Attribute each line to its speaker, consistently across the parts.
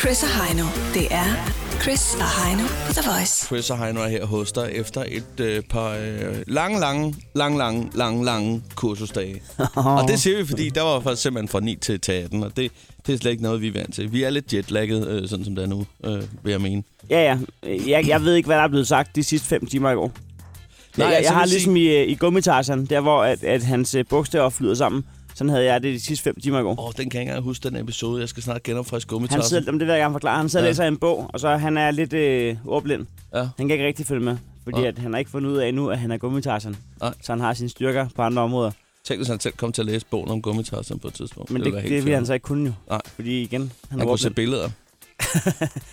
Speaker 1: Chris og Heino. Det er Chris og Heino på The Voice.
Speaker 2: Chris og Heino er her hos dig efter et øh, par øh, lange, lange, lange, lange, lange, lange kursusdage. og det siger vi, fordi der var faktisk simpelthen fra 9 til til 18, og det, det er slet ikke noget, vi er vant til. Vi er lidt jetlagget, øh, sådan som det er nu, øh, vil jeg mene.
Speaker 3: Ja, ja. Jeg, jeg ved ikke, hvad der er blevet sagt de sidste 5 timer i går. Nej, jeg, jeg,
Speaker 2: altså,
Speaker 3: jeg har
Speaker 2: vil sige-
Speaker 3: ligesom i, øh, i gummitarsen, der hvor at, at hans øh, bogstaver flyder sammen. Sådan havde jeg det de sidste 5 timer i går.
Speaker 2: Åh, oh, den kan jeg ikke engang huske, den episode. Jeg skal snart genopfriske
Speaker 3: Han
Speaker 2: gummitarsen.
Speaker 3: sidder, om det vil jeg gerne forklare, han sidder og
Speaker 2: Ja.
Speaker 3: læser en bog, og så han er lidt øh, ordblind.
Speaker 2: Ja.
Speaker 3: Han kan ikke rigtig følge med, fordi
Speaker 2: Nej.
Speaker 3: at han har ikke fundet ud af nu, at han er gummitarsen.
Speaker 2: Nej.
Speaker 3: Så han har sine styrker på andre områder.
Speaker 2: Tænk, hvis han selv kom til at læse bogen om gummitarsen på et tidspunkt.
Speaker 3: Men det,
Speaker 2: ville være
Speaker 3: det, det
Speaker 2: helt
Speaker 3: vil han
Speaker 2: fjollet.
Speaker 3: så ikke kunne jo.
Speaker 2: Nej.
Speaker 3: Fordi igen, han,
Speaker 2: Han
Speaker 3: er
Speaker 2: kunne se
Speaker 3: ordblind.
Speaker 2: billeder.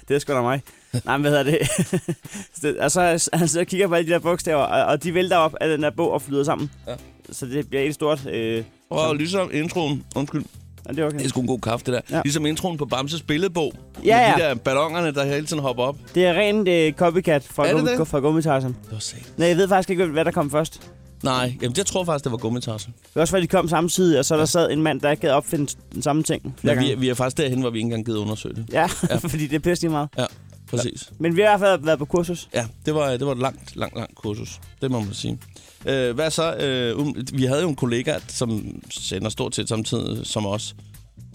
Speaker 3: Det er sgu da mig. Nej, men hvad hedder det? det og så er- han sidder og kigger på alle de der bogstaver, og, og de vælter op af den der bog og flyder sammen.
Speaker 2: Ja.
Speaker 3: Så det bliver et stort... Øh,
Speaker 2: Og ligesom introen, undskyld,
Speaker 3: er det er okay?
Speaker 2: det er sgu en god kaffe, det der. Ja.
Speaker 3: Ja.
Speaker 2: Ligesom introen på Bamses billedbog.
Speaker 3: Ja,
Speaker 2: med
Speaker 3: ja.
Speaker 2: de der ballongerne, der hele tiden hopper op.
Speaker 3: Det er rent øh, copycat fra,
Speaker 2: Er det
Speaker 3: gum-
Speaker 2: det?
Speaker 3: fra Gummitarsen.
Speaker 2: Det var sat.
Speaker 3: Nej, jeg ved faktisk ikke, hvad der kom først.
Speaker 2: Nej, jamen, jeg tror faktisk, det var gummitarsen.
Speaker 3: Det var også, fordi de kom samtidig, og så der sad en mand, der ikke gad opfinde den samme ting.
Speaker 2: Ja,
Speaker 3: Flere
Speaker 2: vi, er-
Speaker 3: gange.
Speaker 2: vi er faktisk derhen, hvor vi ikke engang gider undersøge det.
Speaker 3: Ja,
Speaker 2: Ja.
Speaker 3: fordi det er pisse lige meget.
Speaker 2: Ja, præcis.
Speaker 3: Men vi har i hvert fald været på kursus.
Speaker 2: Ja, det var, det var et langt, langt, langt kursus. Det må man sige. Øh, hvad så? Øh, um, vi havde jo en kollega, som sender stort set samtidig som os.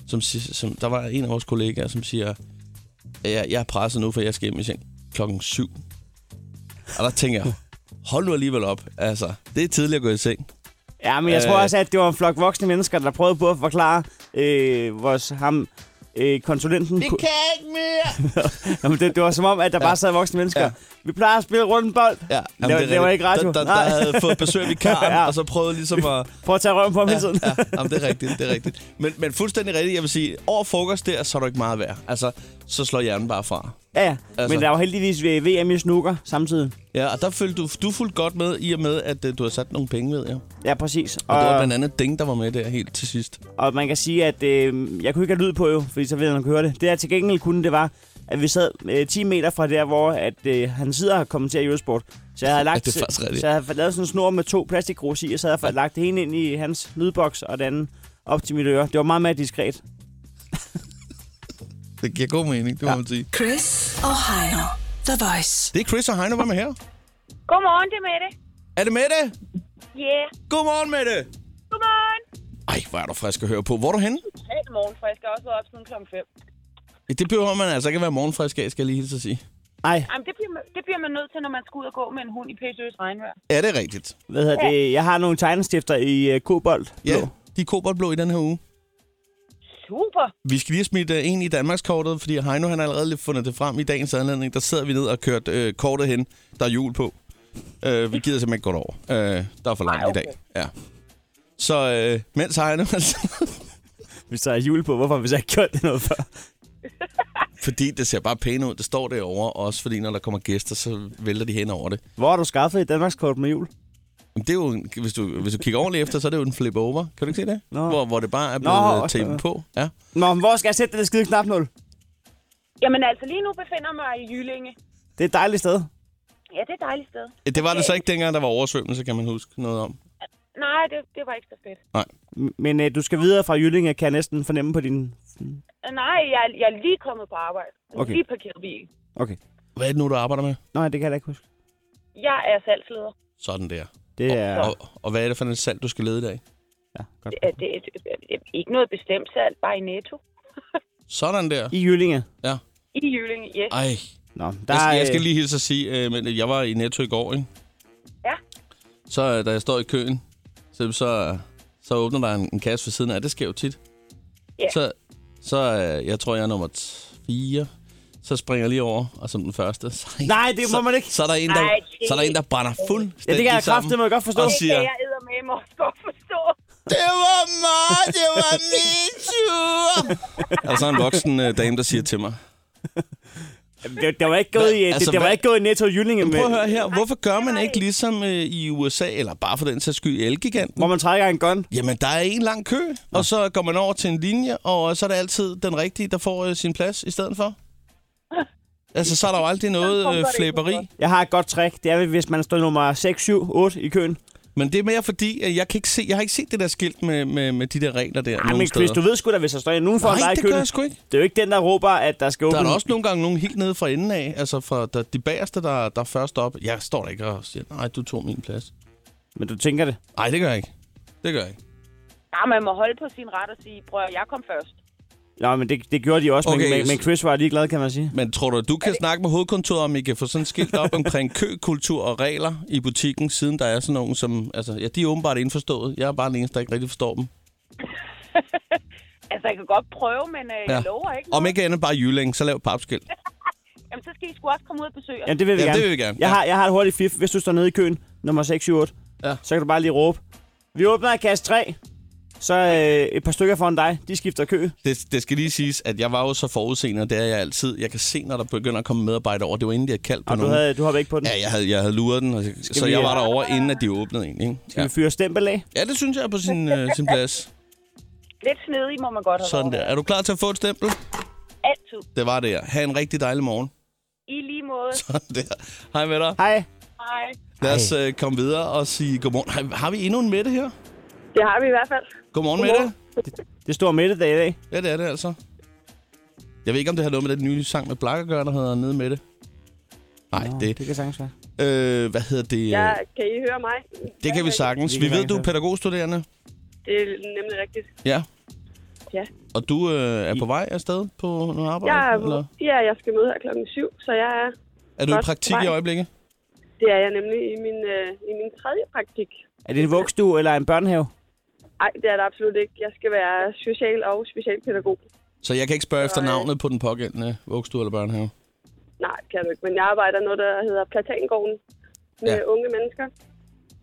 Speaker 2: Som, si- som, der var en af vores kollegaer, som siger, jeg, jeg er presset nu, for jeg skal hjem i seng klokken 7. Og der tænker jeg, hold nu alligevel op. Altså, det er tidligt at gå i seng.
Speaker 3: Ja, men jeg
Speaker 2: Øh.
Speaker 3: tror også, at det var en flok voksne mennesker, der prøvede på at forklare øh, vores ham... Øh, konsulenten... ku-
Speaker 2: kan ikke mere!
Speaker 3: Jamen, det, det var som om, at der bare sad voksne mennesker.
Speaker 2: Ja.
Speaker 3: Ja. Vi plejer at spille rundt bold.
Speaker 2: Ja,
Speaker 3: Lav- laver
Speaker 2: rigtigt.
Speaker 3: ikke radio.
Speaker 2: Der, der, der
Speaker 3: Nej.
Speaker 2: havde fået besøg af vikaren, ja.
Speaker 3: Ja.
Speaker 2: og så prøvede ligesom at...
Speaker 3: Prøv at tage røven på ham ja. hele tiden.
Speaker 2: Ja, jamen, det er rigtigt, det er rigtigt. Men, men fuldstændig rigtigt, jeg vil sige, over frokost der, så er du ikke meget værd. Altså, så slår hjernen bare fra.
Speaker 3: Ja, ja.
Speaker 2: Altså.
Speaker 3: Altså. Men der var heldigvis ved VM i snooker samtidig.
Speaker 2: Ja, og der følte du, du fuldt godt med, i og med, at øh, du har sat nogle penge ved, ja.
Speaker 3: Ja, præcis. Og,
Speaker 2: Og det var blandt andet Ding, der var med der helt til sidst.
Speaker 3: og man kan sige, at øh, jeg kunne ikke have lyd på jo, fordi så ville han kunne høre det. Det jeg til gengæld kunne, det var, at vi sad øh, 10 meter fra der, hvor at, øh, han sidder og kommenterer Eurosport. Så jeg havde lagt,
Speaker 2: det er faktisk rigtigt.
Speaker 3: så jeg havde lavet sådan en snor med to plastikgrus i, og så havde jeg lagt det ene ind i hans lydboks og den anden op til mit øre. Det var meget mere diskret.
Speaker 2: Det giver god mening, det må man sige.
Speaker 1: Chris og Heino. The Voice.
Speaker 2: Det er Chris og Heino, var med her.
Speaker 4: Godmorgen, det er Mette.
Speaker 2: Er det Mette?
Speaker 4: Ja, yeah.
Speaker 2: Godmorgen, Mette!
Speaker 4: godmorgen.
Speaker 2: Ej, hvor er du frisk at høre på. Hvor er du henne?
Speaker 4: Helt morgen, for jeg skal også være op siden klokken 5.
Speaker 2: Det behøver man altså ikke at være morgenfrisk af, skal jeg lige hilse at sige.
Speaker 3: Ej,
Speaker 4: Jamen, det bliver, man- det bliver man nødt til, når man skal ud og gå med en hund i pæsøs regnvejr.
Speaker 2: Er det rigtigt?
Speaker 3: hvad hedder det? Jeg har nogle tegnestifter i øh, kobold.
Speaker 2: Ja,
Speaker 3: Blå.
Speaker 2: de er koboldblå i den her uge.
Speaker 4: Super.
Speaker 2: Vi skal lige smide uh, en i Danmarkskortet, fordi Heino han har allerede lidt fundet det frem i dagens anledning. Der sidder vi ned og kørt øh, kortet hen. Der er jul på. Øh, vi gider simpelthen ikke gå over. Øh, der er for langt
Speaker 4: Ej, okay.
Speaker 2: i dag. Ja. Så øh, mens Heino... Altså,
Speaker 3: Hvis der er jul på, hvorfor har vi så ikke gjort det noget før?
Speaker 2: fordi det ser bare pænt ud. Det står derovre også, fordi når der kommer gæster, så vælter de hen over det.
Speaker 3: Hvor har du skaffet et Danmarkskort med jul?
Speaker 2: Men det er jo, en- hvis, du, hvis du kigger ordentligt efter, så er det jo en flip over. Kan du ikke se det?
Speaker 3: Nå.
Speaker 2: Hvor, hvor det bare er
Speaker 3: Nå,
Speaker 2: blevet øh,
Speaker 3: også,
Speaker 2: tapet
Speaker 3: ja.
Speaker 2: på. Ja.
Speaker 3: Nå, men hvor skal jeg sætte det der skide knapnål?
Speaker 4: Jamen altså, lige nu befinder jeg mig i Jyllinge.
Speaker 3: Det er et dejligt sted.
Speaker 4: Ja, det er et dejligt sted.
Speaker 2: Det var det så ikke dengang, der var oversvømmelse, kan man huske noget om.
Speaker 4: Nej, det, det var ikke så fedt.
Speaker 3: M- Men øh, du skal videre fra Jyllinge, kan jeg næsten fornemme på din...
Speaker 4: Øh, Nej, jeg, er- jeg er lige kommet på arbejde.
Speaker 3: Okay.
Speaker 4: Lige parkeret bil.
Speaker 3: Okay.
Speaker 2: Hvad er det nu, du arbejder med?
Speaker 3: Nå, det kan jeg da ikke huske.
Speaker 4: Jeg er salgsleder.
Speaker 2: Sådan der.
Speaker 3: Det er...
Speaker 2: Og, og hvad er det for en salg, du skal lede i dag?
Speaker 3: Ja, godt.
Speaker 4: Ja, Det er det er ikke noget bestemt salg, bare i Netto.
Speaker 2: Sådan der.
Speaker 3: I Jyllinge.
Speaker 4: I Jyllinge, yes.
Speaker 2: Ej,
Speaker 3: Nå, der
Speaker 2: jeg,
Speaker 3: er...
Speaker 2: skal- jeg skal lige hilse at sige, øh, men jeg var i Netto i går, ikke?
Speaker 4: Ja.
Speaker 2: Så øh, da jeg står i køen, så, så, så åbner der en, en kasse ved siden af. Det sker jo tit.
Speaker 4: Ja.
Speaker 2: Så, så øh, jeg tror, jeg er nummer 4. Så springer jeg lige over, og som den første... Så,
Speaker 3: Nej, det må
Speaker 2: så,
Speaker 3: man ikke.
Speaker 2: Så er der en, der,
Speaker 4: Ej,
Speaker 2: så er der, en, der brænder fuldstændig
Speaker 3: Ja, det kan jeg
Speaker 2: sammen
Speaker 3: kraftedeme godt forstå.
Speaker 2: Og
Speaker 4: Det
Speaker 2: siger,
Speaker 4: kan jeg æder med mig også godt forstå.
Speaker 2: Det var mig, det var min tur. er der så en voksen øh, dame, der siger til mig,
Speaker 3: Det, det var ikke gået i,
Speaker 2: Hvad?
Speaker 3: det,
Speaker 2: Altså,
Speaker 3: det var
Speaker 2: hvad?
Speaker 3: ikke gået i Netto Jyllinge, men...
Speaker 2: Prøv at høre her. Hvorfor gør man ikke ligesom øh, i USA, eller bare for den sags skyld i Elgiganten?
Speaker 3: Hvor man trækker en gun.
Speaker 2: Jamen, der er en lang kø, og så går man over til en linje, og så er det altid den rigtige, der får øh, sin plads i stedet for. Altså, så er der jo aldrig noget øh, flæberi.
Speaker 3: Jeg har et godt trick. Det er, hvis man står nummer 6, 7, 8 i køen.
Speaker 2: Men det er mere fordi, at jeg, kan ikke se, jeg har ikke set det der skilt med, med, med de der regler der
Speaker 3: Ej,
Speaker 2: nogen
Speaker 3: men Chris, du
Speaker 2: steder.
Speaker 3: ved sgu da, hvis der står nogen foran
Speaker 2: Nej,
Speaker 3: dig i
Speaker 2: det gør
Speaker 3: køkkenet.
Speaker 2: jeg sgu ikke.
Speaker 3: Det er jo ikke den, der råber, at der skal åbne.
Speaker 2: Der er da også nogle gange nogen helt nede fra enden af. Altså fra der, de bagerste, der, der er først op. Jeg står der ikke og siger, nej, du tog min plads.
Speaker 3: Men du tænker det.
Speaker 2: Nej, det gør jeg ikke. Det gør jeg ikke.
Speaker 4: Ja, man må holde på sin ret og sige, prøv at jeg kom først.
Speaker 3: Nå, men det, det gjorde de også, okay.
Speaker 2: Okay.
Speaker 3: men, men Chris var ligeglad, kan man sige.
Speaker 2: Men tror du, at du kan snakke med hovedkontoret, om I kan få sådan et skilt op omkring køkultur og regler i butikken, siden der er sådan nogen, som... Altså, ja, de er åbenbart indforstået. Jeg er bare den eneste, der ikke rigtig forstår dem.
Speaker 4: Altså, jeg kan godt prøve, men øh, jeg lover ikke
Speaker 2: Om
Speaker 4: noget.
Speaker 2: ikke andet bare Jylling, så lav papskilt.
Speaker 4: Jamen, så skal I sgu også komme ud og besøge os.
Speaker 3: Jamen, det vil vi
Speaker 2: Jamen,
Speaker 3: gerne.
Speaker 2: det vil vi gerne.
Speaker 3: Jeg,
Speaker 2: Ja.
Speaker 3: har, jeg har et hurtigt fif. Hvis du står nede i køen, nummer 678, ja.
Speaker 2: Ja.
Speaker 3: så kan du bare lige råbe. Vi åbner i kasse 3. Så øh, et par stykker foran dig, de skifter kø.
Speaker 2: Det, det skal lige siges, at jeg var jo så forudseende, og det er jeg altid. Jeg kan se, når der begynder at komme medarbejdere over. Det var inden, de havde kaldt på
Speaker 3: Og du,
Speaker 2: nogen.
Speaker 3: havde, du hoppede ikke på den.
Speaker 2: Ja, jeg havde, jeg havde luret den, og så, så
Speaker 3: vi-
Speaker 2: jeg var derovre, inden at de åbnede en, ikke?
Speaker 3: Skal
Speaker 2: Ja.
Speaker 3: vi fyre stempel af?
Speaker 2: ja, det synes jeg er på sin, øh, sin plads.
Speaker 4: Lidt snedig må man godt have
Speaker 2: Sådan der.
Speaker 4: været.
Speaker 2: Er du klar til at få et stempel?
Speaker 4: Altid.
Speaker 2: Det var det, ja. Ha' en rigtig dejlig morgen.
Speaker 4: I lige måde.
Speaker 2: Sådan der. Hej med dig.
Speaker 3: Hej.
Speaker 4: Hej.
Speaker 2: Lad os øh, komme videre og sige godmorgen. Har, har vi endnu en Mette her?
Speaker 4: Det har vi i hvert fald.
Speaker 2: Godmorgen, Mette.
Speaker 3: Det står midt i dag.
Speaker 2: Ja, det er det altså. Jeg ved ikke, om det har noget med den nye sang med Black at gøre, der hedder Nede med det. Nej,
Speaker 3: Nå,
Speaker 2: det...
Speaker 3: det kan sagtens være.
Speaker 2: Øh, hvad hedder det?
Speaker 5: Ja,
Speaker 2: Ja,
Speaker 5: kan I høre mig?
Speaker 2: det kan vi sagtens.
Speaker 3: Vi
Speaker 2: Vi,
Speaker 3: kan
Speaker 2: ved,
Speaker 3: ringe
Speaker 2: du er
Speaker 3: til.
Speaker 2: pædagogstuderende.
Speaker 5: Det er nemlig rigtigt.
Speaker 2: Ja.
Speaker 5: Ja.
Speaker 2: Og du øh, er på vej afsted på noget arbejde?
Speaker 5: Jeg, er,
Speaker 2: eller?
Speaker 5: ja, jeg skal møde her klokken 7, så jeg er,
Speaker 2: er du i
Speaker 5: godt
Speaker 2: praktik
Speaker 5: vej.
Speaker 2: i øjeblikket?
Speaker 5: det er jeg nemlig i min, øh, i min tredje praktik.
Speaker 3: Er det en vugstue eller en børnehave?
Speaker 5: Nej, det er det absolut ikke. Jeg skal være social- og specialpædagog.
Speaker 2: Så jeg kan ikke spørge efter navnet på den pågældende vugstue eller børnehave?
Speaker 5: Nej, kan du ikke. Men jeg arbejder noget, der hedder Platangården med
Speaker 2: Ja.
Speaker 5: ja. unge mennesker.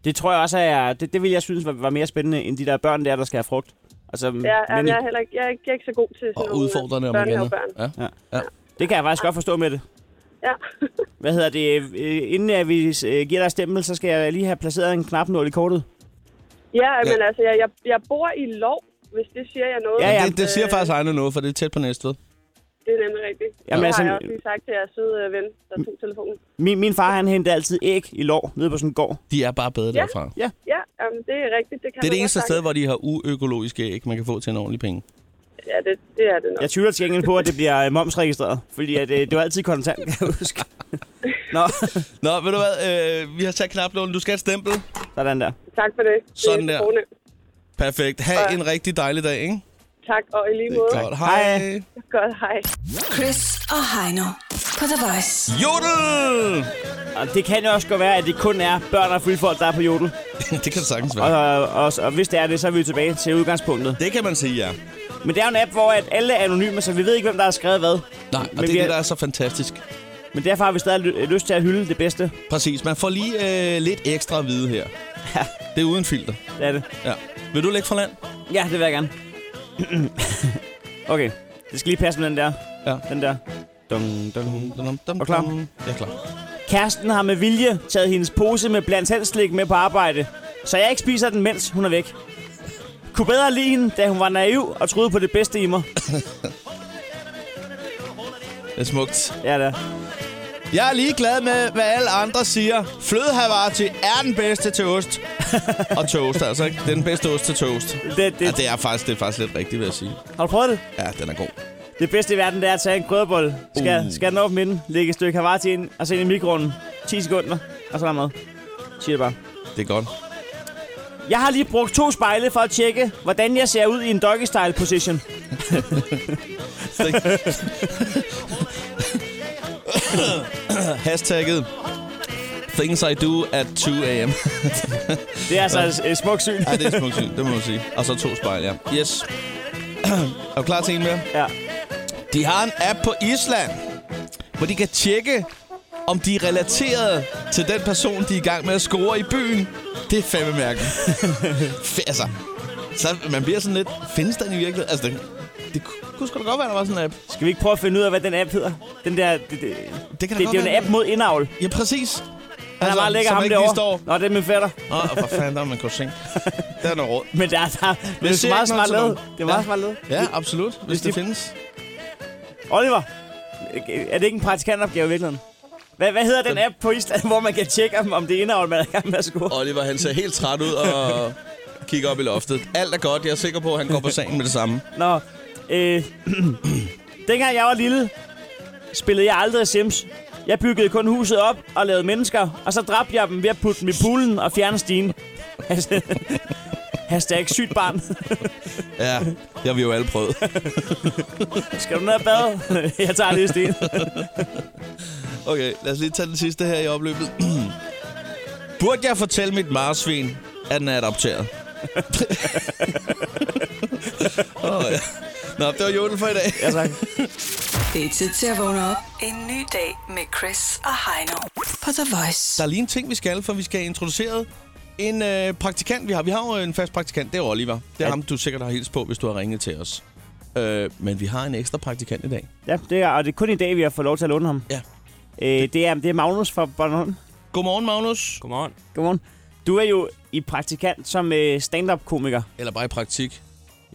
Speaker 3: Det tror jeg også er... Det, det ville jeg synes var, var mere spændende, end de der børn der, der skal have frugt. Altså,
Speaker 5: Ja, men
Speaker 3: men,
Speaker 5: jeg, er heller ikke, jeg, er ikke, jeg er ikke så god til sådan øh,
Speaker 2: Og udfordrende om igen.
Speaker 5: børnehavebørn.
Speaker 2: Ja.
Speaker 3: det kan jeg faktisk godt forstå med det.
Speaker 5: Ja.
Speaker 3: Hvad hedder det? øh, Inden at vi øh, giver dig stempel, så skal jeg lige have placeret en knapnål i kortet.
Speaker 5: ja, men altså, jeg, jeg, jeg bor i lov, hvis det siger jeg noget.
Speaker 3: Ja, ja.
Speaker 2: Det, det siger
Speaker 5: Øh,
Speaker 2: faktisk Ejner noget, for det er tæt på næste
Speaker 5: Det er nemlig rigtigt.
Speaker 3: Jamen,
Speaker 5: Jamen, det
Speaker 3: altså-
Speaker 5: altså, har jeg også lige sagt til jeres søde øh, ven, der tog telefonen.
Speaker 3: Min, min far, han hentede altid æg i lov nede på sådan en gård.
Speaker 2: De er bare bedre
Speaker 5: Ja.
Speaker 2: derfra.
Speaker 5: Ja, jamen, det er rigtigt. Det, kan
Speaker 2: Det er
Speaker 5: man
Speaker 2: det eneste
Speaker 5: godt
Speaker 2: sted, hvor de har uøkologiske æg, man kan få til en ordentlig penge.
Speaker 5: sagtens. Ja, det, det er det nok.
Speaker 3: Jeg tvivler til gengæld på, at det bliver øh, momsregistreret, fordi at, øh, det var altid kontant, kan jeg huske. Nå,
Speaker 2: Nå, ved du hvad? Øh, vi har sat knaplånen. Du skal have et stempel.
Speaker 3: sådan der.
Speaker 5: Tak for det. Det
Speaker 2: Sådan
Speaker 5: er
Speaker 2: der.
Speaker 5: fornemt.
Speaker 2: Perfekt. Ha'
Speaker 5: Ja.
Speaker 2: en rigtig dejlig dag, ikke?
Speaker 5: Tak, og i lige måde.
Speaker 2: Godt. Hej.
Speaker 3: Hej.
Speaker 5: Godt, hej.
Speaker 1: Chris og Heino på The Voice.
Speaker 2: Jodel!
Speaker 3: Og det kan jo også godt være, at det kun er børn og fulde folk, der er på jodel.
Speaker 2: det kan det sagtens
Speaker 3: Og,
Speaker 2: være.
Speaker 3: og, og, og hvis det er det, så er vi jo tilbage til udgangspunktet.
Speaker 2: Det kan man sige, ja.
Speaker 3: Men det er jo en app, hvor at alle er anonyme, så vi ved ikke, hvem der har skrevet hvad.
Speaker 2: Nej, og
Speaker 3: Men
Speaker 2: det
Speaker 3: vi
Speaker 2: er
Speaker 3: er-
Speaker 2: det, der er så fantastisk.
Speaker 3: Men derfor har vi stadig ly- lyst til at hylde det bedste.
Speaker 2: Præcis. Man får lige øh, lidt ekstra at vide her.
Speaker 3: Ja,
Speaker 2: Det er uden filter.
Speaker 3: det er det.
Speaker 2: Ja. Vil du lægge fra land?
Speaker 3: Ja, det vil jeg gerne. okay, det skal lige passe med den der.
Speaker 2: Ja.
Speaker 3: Den der.
Speaker 2: Dum, dum, dum, dum, dum.
Speaker 3: Mm. Er klar?
Speaker 2: Jeg er klar.
Speaker 3: Kæresten har med vilje taget hendes pose med blandt selv slik med på arbejde, så jeg ikke spiser den, mens hun er væk. Kunne bedre lide hende, da hun var naiv og troede på det bedste i mig.
Speaker 2: Det er smukt.
Speaker 3: Ja, da.
Speaker 2: Jeg er ligeglad med, hvad alle andre siger. Flødehavarti er den bedste til ost. og toast, altså. Ikke? Det er den bedste ost til toast.
Speaker 3: Det,
Speaker 2: Ja,
Speaker 3: det,
Speaker 2: det er faktisk, det er faktisk lidt rigtigt, vil jeg sige.
Speaker 3: har du prøvet det?
Speaker 2: Ja, den er god.
Speaker 3: Det bedste i verden, det er at tage en grødebolle. Skal,
Speaker 2: Uh.
Speaker 3: skal den op midten, lægge et stykke havarti ind, og så ind i mikroovnen. 10 sekunder, og så er der mad. Siger det bare.
Speaker 2: Det er godt.
Speaker 3: Jeg har lige brugt to spejle for at tjekke, hvordan jeg ser ud i en doggy style position.
Speaker 2: Hashtagget Things I do at 2 a.m.
Speaker 3: Det er altså et, et smukt syn.
Speaker 2: ja, det er et smukt syn, det må man sige. Og så to spejl, ja. Yes. er du klar til en mere?
Speaker 3: Ja.
Speaker 2: De har en app på Island, hvor de kan tjekke, om de er relateret til den person, de er i gang med at score i byen. Det er fandme mærkeligt. F- altså, så man bliver sådan lidt... Findes den i virkeligheden? Altså, det, det ku- kunne sgu da godt være, der var sådan en app.
Speaker 3: Skal vi ikke prøve at finde ud af, hvad den app hedder? Den der... Det, det, det,
Speaker 2: Det kan da
Speaker 3: det
Speaker 2: godt
Speaker 3: er jo en
Speaker 2: være.
Speaker 3: app mod indavl.
Speaker 2: Ja, præcis. Altså,
Speaker 3: Han er bare lækker ham derovre. Nå, det er min fætter.
Speaker 2: Åh, oh, hvor fanden der er man kunne se. Der er noget råd.
Speaker 3: Men der, der, det
Speaker 2: siger
Speaker 3: er meget
Speaker 2: ikke noget
Speaker 3: smart
Speaker 2: til
Speaker 3: lavet.
Speaker 2: nogen.
Speaker 3: Det er meget
Speaker 2: Ja.
Speaker 3: smart lavet.
Speaker 2: Ja, absolut, hvis,
Speaker 3: Hvis
Speaker 2: det
Speaker 3: de-
Speaker 2: findes.
Speaker 3: Oliver, er det ikke en praktikantopgave i virkeligheden? Hvad, hvad hedder den app på Island, hvor man kan tjekke, om, om det er indavl, man er i gang med at score?
Speaker 2: Oliver, han ser helt træt ud og kigger op i loftet. Alt er godt. Jeg er sikker på, at han går på sagen med det samme.
Speaker 3: Nå, øh, dengang jeg var lille, spillede jeg aldrig Sims. Jeg byggede kun huset op og lavede mennesker, og så dræbte jeg dem ved at putte dem i poolen og fjerne stigen. Altså, Hashtag sygt barn.
Speaker 2: Ja, det har vi jo alle prøvet.
Speaker 3: Skal du ned og bade? Jeg tager lige sten.
Speaker 2: Okay, lad os lige tage den sidste her i opløbet. Burde jeg fortælle mit marsvin, at den er adopteret? oh, ja. Nå, det var jorden for i dag.
Speaker 3: Ja, tak.
Speaker 1: Det er tid til at vågne op. En ny dag med Chris og Heino på The Voice.
Speaker 2: Der er lige en ting, vi skal, for vi skal have introduceret en øh, praktikant, vi har. Vi har jo en fast praktikant, det er Oliver. Det er ja. ham, du sikkert har hils på, hvis du har ringet til os. Øh, men vi har en ekstra praktikant i dag.
Speaker 3: Ja, det er, og det er kun i dag, vi har fået lov til at låne ham.
Speaker 2: Ja.
Speaker 3: Øh, det, er, det er Magnus fra Bornholm.
Speaker 2: Godmorgen, Magnus.
Speaker 6: Godmorgen.
Speaker 3: Godmorgen. Du er jo i praktikant som øh, stand-up-komiker,
Speaker 2: Eller bare i praktik.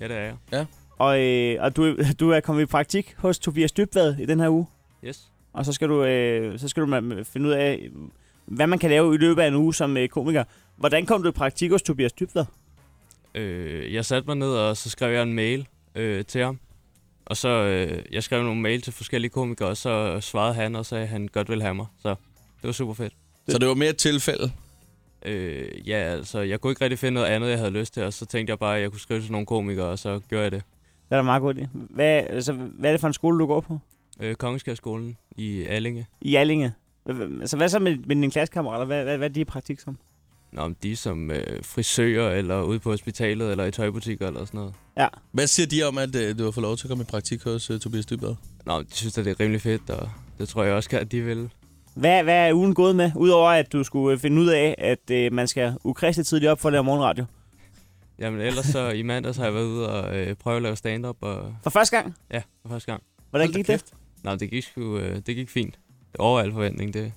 Speaker 6: Ja, det er jeg.
Speaker 3: og, øh, og du, du er kommet i praktik hos Tobias Dybvad i den her uge.
Speaker 6: Yes.
Speaker 3: Og så skal du, øh, så skal du ma- finde ud af, øh, hvad man kan lave i løbet af en uge som øh, komiker. Hvordan kom du i praktik hos Tobias Dybvad?
Speaker 6: Øh, jeg satte mig ned, og så skrev jeg en mail øh, til ham. Og så, øh, jeg skrev nogle mail til forskellige komikere, og så svarede han og sagde, at han godt ville have mig. Så det var super fedt.
Speaker 2: Så det var mere et tilfælde.
Speaker 6: Øh, ja, altså, jeg kunne ikke rigtig finde noget andet, jeg havde lyst til, og så tænkte jeg bare, at jeg kunne skrive til nogle komikere, og så gjorde jeg det.
Speaker 3: Det er da meget godt. i. Hvad, altså, hvad er det for en skole, du går på?
Speaker 6: Øh, Kongenskærskolen i Allinge.
Speaker 3: I Allinge. Hva- hva- Altså, hvad så med, med dine klassekammerater? Hvad, hvad, hvad er de i praktik som?
Speaker 6: Nå, om de er som øh, frisører, eller ude på hospitalet, eller i tøjbutikker, eller sådan noget.
Speaker 2: Hvad siger de om, at øh, du har fået lov til at komme i praktik hos øh, Tobias Dybvad?
Speaker 6: Nå, de synes, at det er rimelig fedt, og det tror jeg også, at de vil.
Speaker 3: Hvad, hvad er ugen gået med? Udover at du skulle øh, finde ud af, at øh, man skal ukristeligt tidligt op for at lave morgenradio.
Speaker 6: Jamen ellers så i mandags har jeg været ude og øh, prøve at lave stand-up, og
Speaker 3: For første gang?
Speaker 6: ja, for første gang.
Speaker 3: Hvordan
Speaker 2: Hold da
Speaker 3: gik det?
Speaker 6: Nej, det gik sgu, øh, det gik fint. Det er over al forventning, det.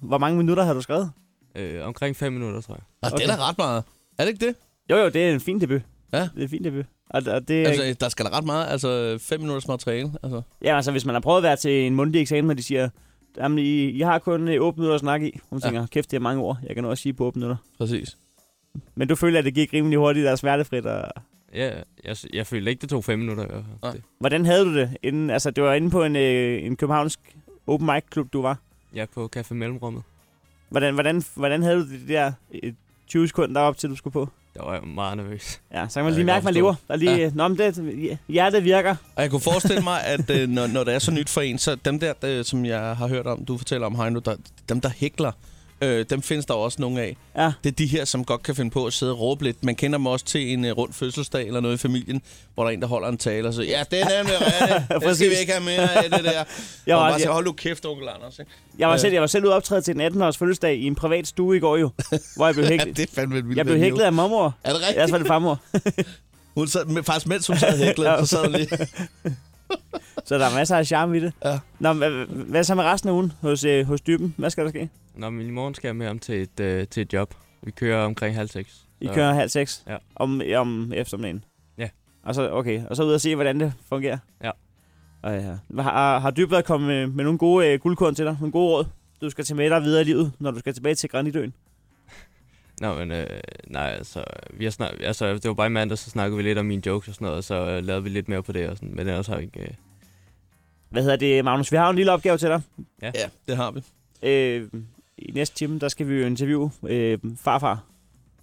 Speaker 3: Hvor mange minutter har du skrevet?
Speaker 6: Øh, omkring 5 minutter, tror jeg.
Speaker 2: Altså, okay. det er da ret meget. Er det ikke det?
Speaker 3: Jo, jo, det er en fin debut.
Speaker 2: Ja.
Speaker 3: Det er en fin debut. Og, og det, altså,
Speaker 2: Altså, der skal da ret meget. Altså, fem minutters materiale. Altså.
Speaker 3: ja, altså, hvis man har prøvet at være til en mundtlig eksamen, og de siger, jamen, I, I har kun øh, 8 minutter at snakke i. Hun
Speaker 2: Ja.
Speaker 3: tænker, kæft, det er mange ord. Jeg kan også sige på 8 minutter.
Speaker 2: Præcis.
Speaker 3: Men du føler, at det gik rimelig hurtigt, der er smertefrit. Og...
Speaker 6: Ja, jeg, jeg følte ikke, det tog 5 minutter i hvert fald.
Speaker 2: Nej.
Speaker 6: Det-
Speaker 3: Hvordan havde du det? Inden, altså, det var inde på en, øh, en københavnsk open mic klub, du var.
Speaker 6: Jeg er på Café Mellemrummet.
Speaker 3: Hvordan, hvordan, hvordan havde du det der øh, 20 sekunder op til, du skulle på?
Speaker 6: Der var jeg meget nervøs.
Speaker 3: Ja, så kan man
Speaker 2: Ja,
Speaker 3: lige
Speaker 2: det kan
Speaker 3: mærke,
Speaker 2: jeg
Speaker 3: man
Speaker 2: forstå.
Speaker 3: lever. Og lige,
Speaker 2: Ja.
Speaker 3: ja. Nå, men det, hjertet virker.
Speaker 2: Og jeg kunne forestille mig, at øh, når, når det er så nyt for en, så dem der, øh, som jeg har hørt om, du fortæller om, Heino, der, dem der hækler, øh, dem findes der også nogle af.
Speaker 3: Ja.
Speaker 2: Det er de her, som godt kan finde på at sidde og råbe lidt. Man kender dem også til en øh, rund fødselsdag eller noget i familien, hvor der er en, der holder en tale og siger, ja, det er den med Rene. Det skal vi
Speaker 3: Præcis.
Speaker 2: ikke have mere af det der.
Speaker 3: Jeg
Speaker 2: Jeg
Speaker 3: var-
Speaker 2: var, bare siger,
Speaker 3: jeg-
Speaker 2: hold nu kæft, onkel Anders. Ikke?
Speaker 3: Jeg var,
Speaker 2: Øh.
Speaker 3: selv, jeg var selv ude at optræde til en 18-års fødselsdag i en privat stue i går jo, hvor jeg blev
Speaker 2: Ja,
Speaker 3: hæklet.
Speaker 2: det er fandme et vildt
Speaker 3: jeg blev
Speaker 2: venue.
Speaker 3: hæklet af mormor.
Speaker 2: Er det rigtigt?
Speaker 3: Ellers var det farmor.
Speaker 2: Hun sad, men faktisk mens hun sad og hæklede, så sad hun lige.
Speaker 3: Så der er masser af charme i det.
Speaker 2: Ja.
Speaker 3: Nå, men hvad, hvad så med resten af ugen hos, øh, hos Dyben? Hvad skal der ske?
Speaker 6: Nå, men i morgen skal jeg med om til et, øh, til et job. Vi kører omkring halv seks.
Speaker 3: I
Speaker 6: Så-
Speaker 3: kører halv seks
Speaker 6: Ja.
Speaker 3: om, om eftermiddagen?
Speaker 6: Ja.
Speaker 3: Og så, okay, og så ud og se, hvordan det fungerer?
Speaker 6: Ja.
Speaker 3: Og ja. Har, har Dybvad kommet med, med nogle gode øh, guldkorn til dig? Nogle gode råd? Du skal tage med dig videre i livet, når du skal tilbage til Granitøen.
Speaker 6: Nå, men øh, nej, altså, vi har snak, altså, det var bare i mandag, så snakkede vi lidt om mine jokes og sådan noget, og så øh, lavede vi lidt mere på det og sådan, men ellers har jeg ikke... Øh,
Speaker 3: Hvad hedder det, Magnus? Vi har jo en lille opgave til dig.
Speaker 2: Ja, det har vi.
Speaker 3: Øh, I næste time, der skal vi jo interviewe øh, farfar.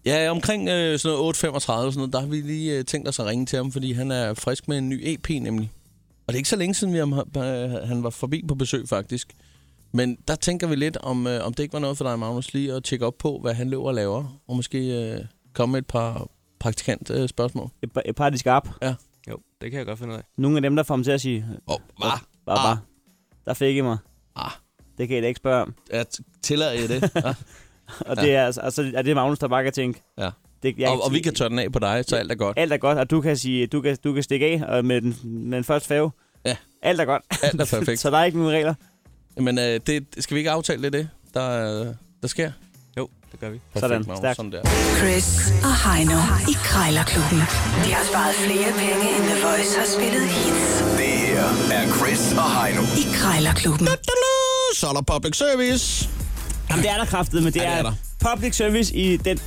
Speaker 2: Ja, omkring øh, sådan noget 8.35 og sådan noget, der har vi lige øh, tænkt os at ringe til ham, fordi han er frisk med en ny EP nemlig. Og det er ikke så længe siden, vi ham, øh, han var forbi på besøg faktisk. Men der tænker vi lidt, om, øh, om det ikke var noget for dig, Magnus, lige at tjekke op på, hvad han løber og laver. Og måske øh, komme med et par praktikant øh, spørgsmål.
Speaker 3: Et, par- et par, de skarpe.
Speaker 6: jo, det kan jeg godt finde ud af.
Speaker 3: Nogle af dem, der får ham til at sige,
Speaker 2: Og hvad?
Speaker 3: bare,
Speaker 2: Ah.
Speaker 3: bare, der fik I mig.
Speaker 2: Ah.
Speaker 3: Det kan I da ikke spørge om.
Speaker 2: At tillader I det? Ja.
Speaker 3: Og det er, altså, altså, er det Magnus, der bare kan tænke.
Speaker 2: Ja.
Speaker 3: Det,
Speaker 2: og, og vi kan tørre den af på dig, så alt er godt.
Speaker 3: Alt er godt, og du kan, sige, du kan, du kan stikke af og med, den, med den første fave.
Speaker 2: Ja.
Speaker 3: Alt er godt.
Speaker 2: Alt er perfekt.
Speaker 3: så der er ikke nogen regler.
Speaker 2: Men øh, det, skal vi ikke aftale det, er det der, øh, der sker?
Speaker 6: Jo, det gør vi.
Speaker 3: Sådan,
Speaker 2: Magnus,
Speaker 3: stærkt.
Speaker 2: sådan der.
Speaker 1: Chris og Heino i Krejlerklubben. De har sparet flere penge, end The Voice har spillet hits
Speaker 7: Det her er Chris og Heino.
Speaker 1: i Krejlerklubben.
Speaker 2: så er der public service.
Speaker 3: Jamen, det er der kraftet, men det,
Speaker 2: Ja, det
Speaker 3: er,
Speaker 2: er
Speaker 3: det er public service i den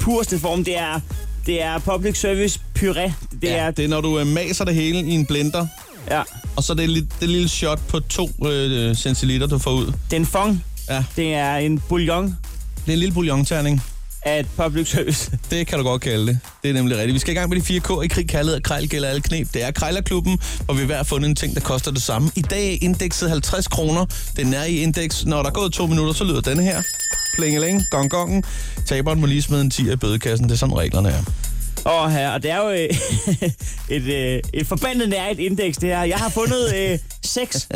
Speaker 3: pureste form. Det er, det er public service puré. Det ja. er,
Speaker 2: det er, når du øh, maser det hele i en blender,
Speaker 3: ja,
Speaker 2: og så det, li- det lille shot på 2 øh, centiliter, du får ud.
Speaker 3: det er en fong.
Speaker 2: Ja.
Speaker 3: Det er en bouillon
Speaker 2: Det er en lille bouillonterning.
Speaker 3: af et public service.
Speaker 2: Det kan du godt kalde det. Det er nemlig rigtigt. Vi skal i gang med de fire K i krig, kaldet og krejl gælder alle knep. Det er Krejlerklubben, hvor vi hver har fundet en ting, der koster det samme. I dag er indekset 50 kroner. Den er i indeks. Når der er gået to minutter, så lyder denne her. Plingeling, gong gongen. Taberen må lige smide en 10 i bødekassen. Det er sådan reglerne er.
Speaker 3: Åh, her, og det er jo øh, et, øh, et forbandet nært indeks, det her. Jeg har fundet øh, seks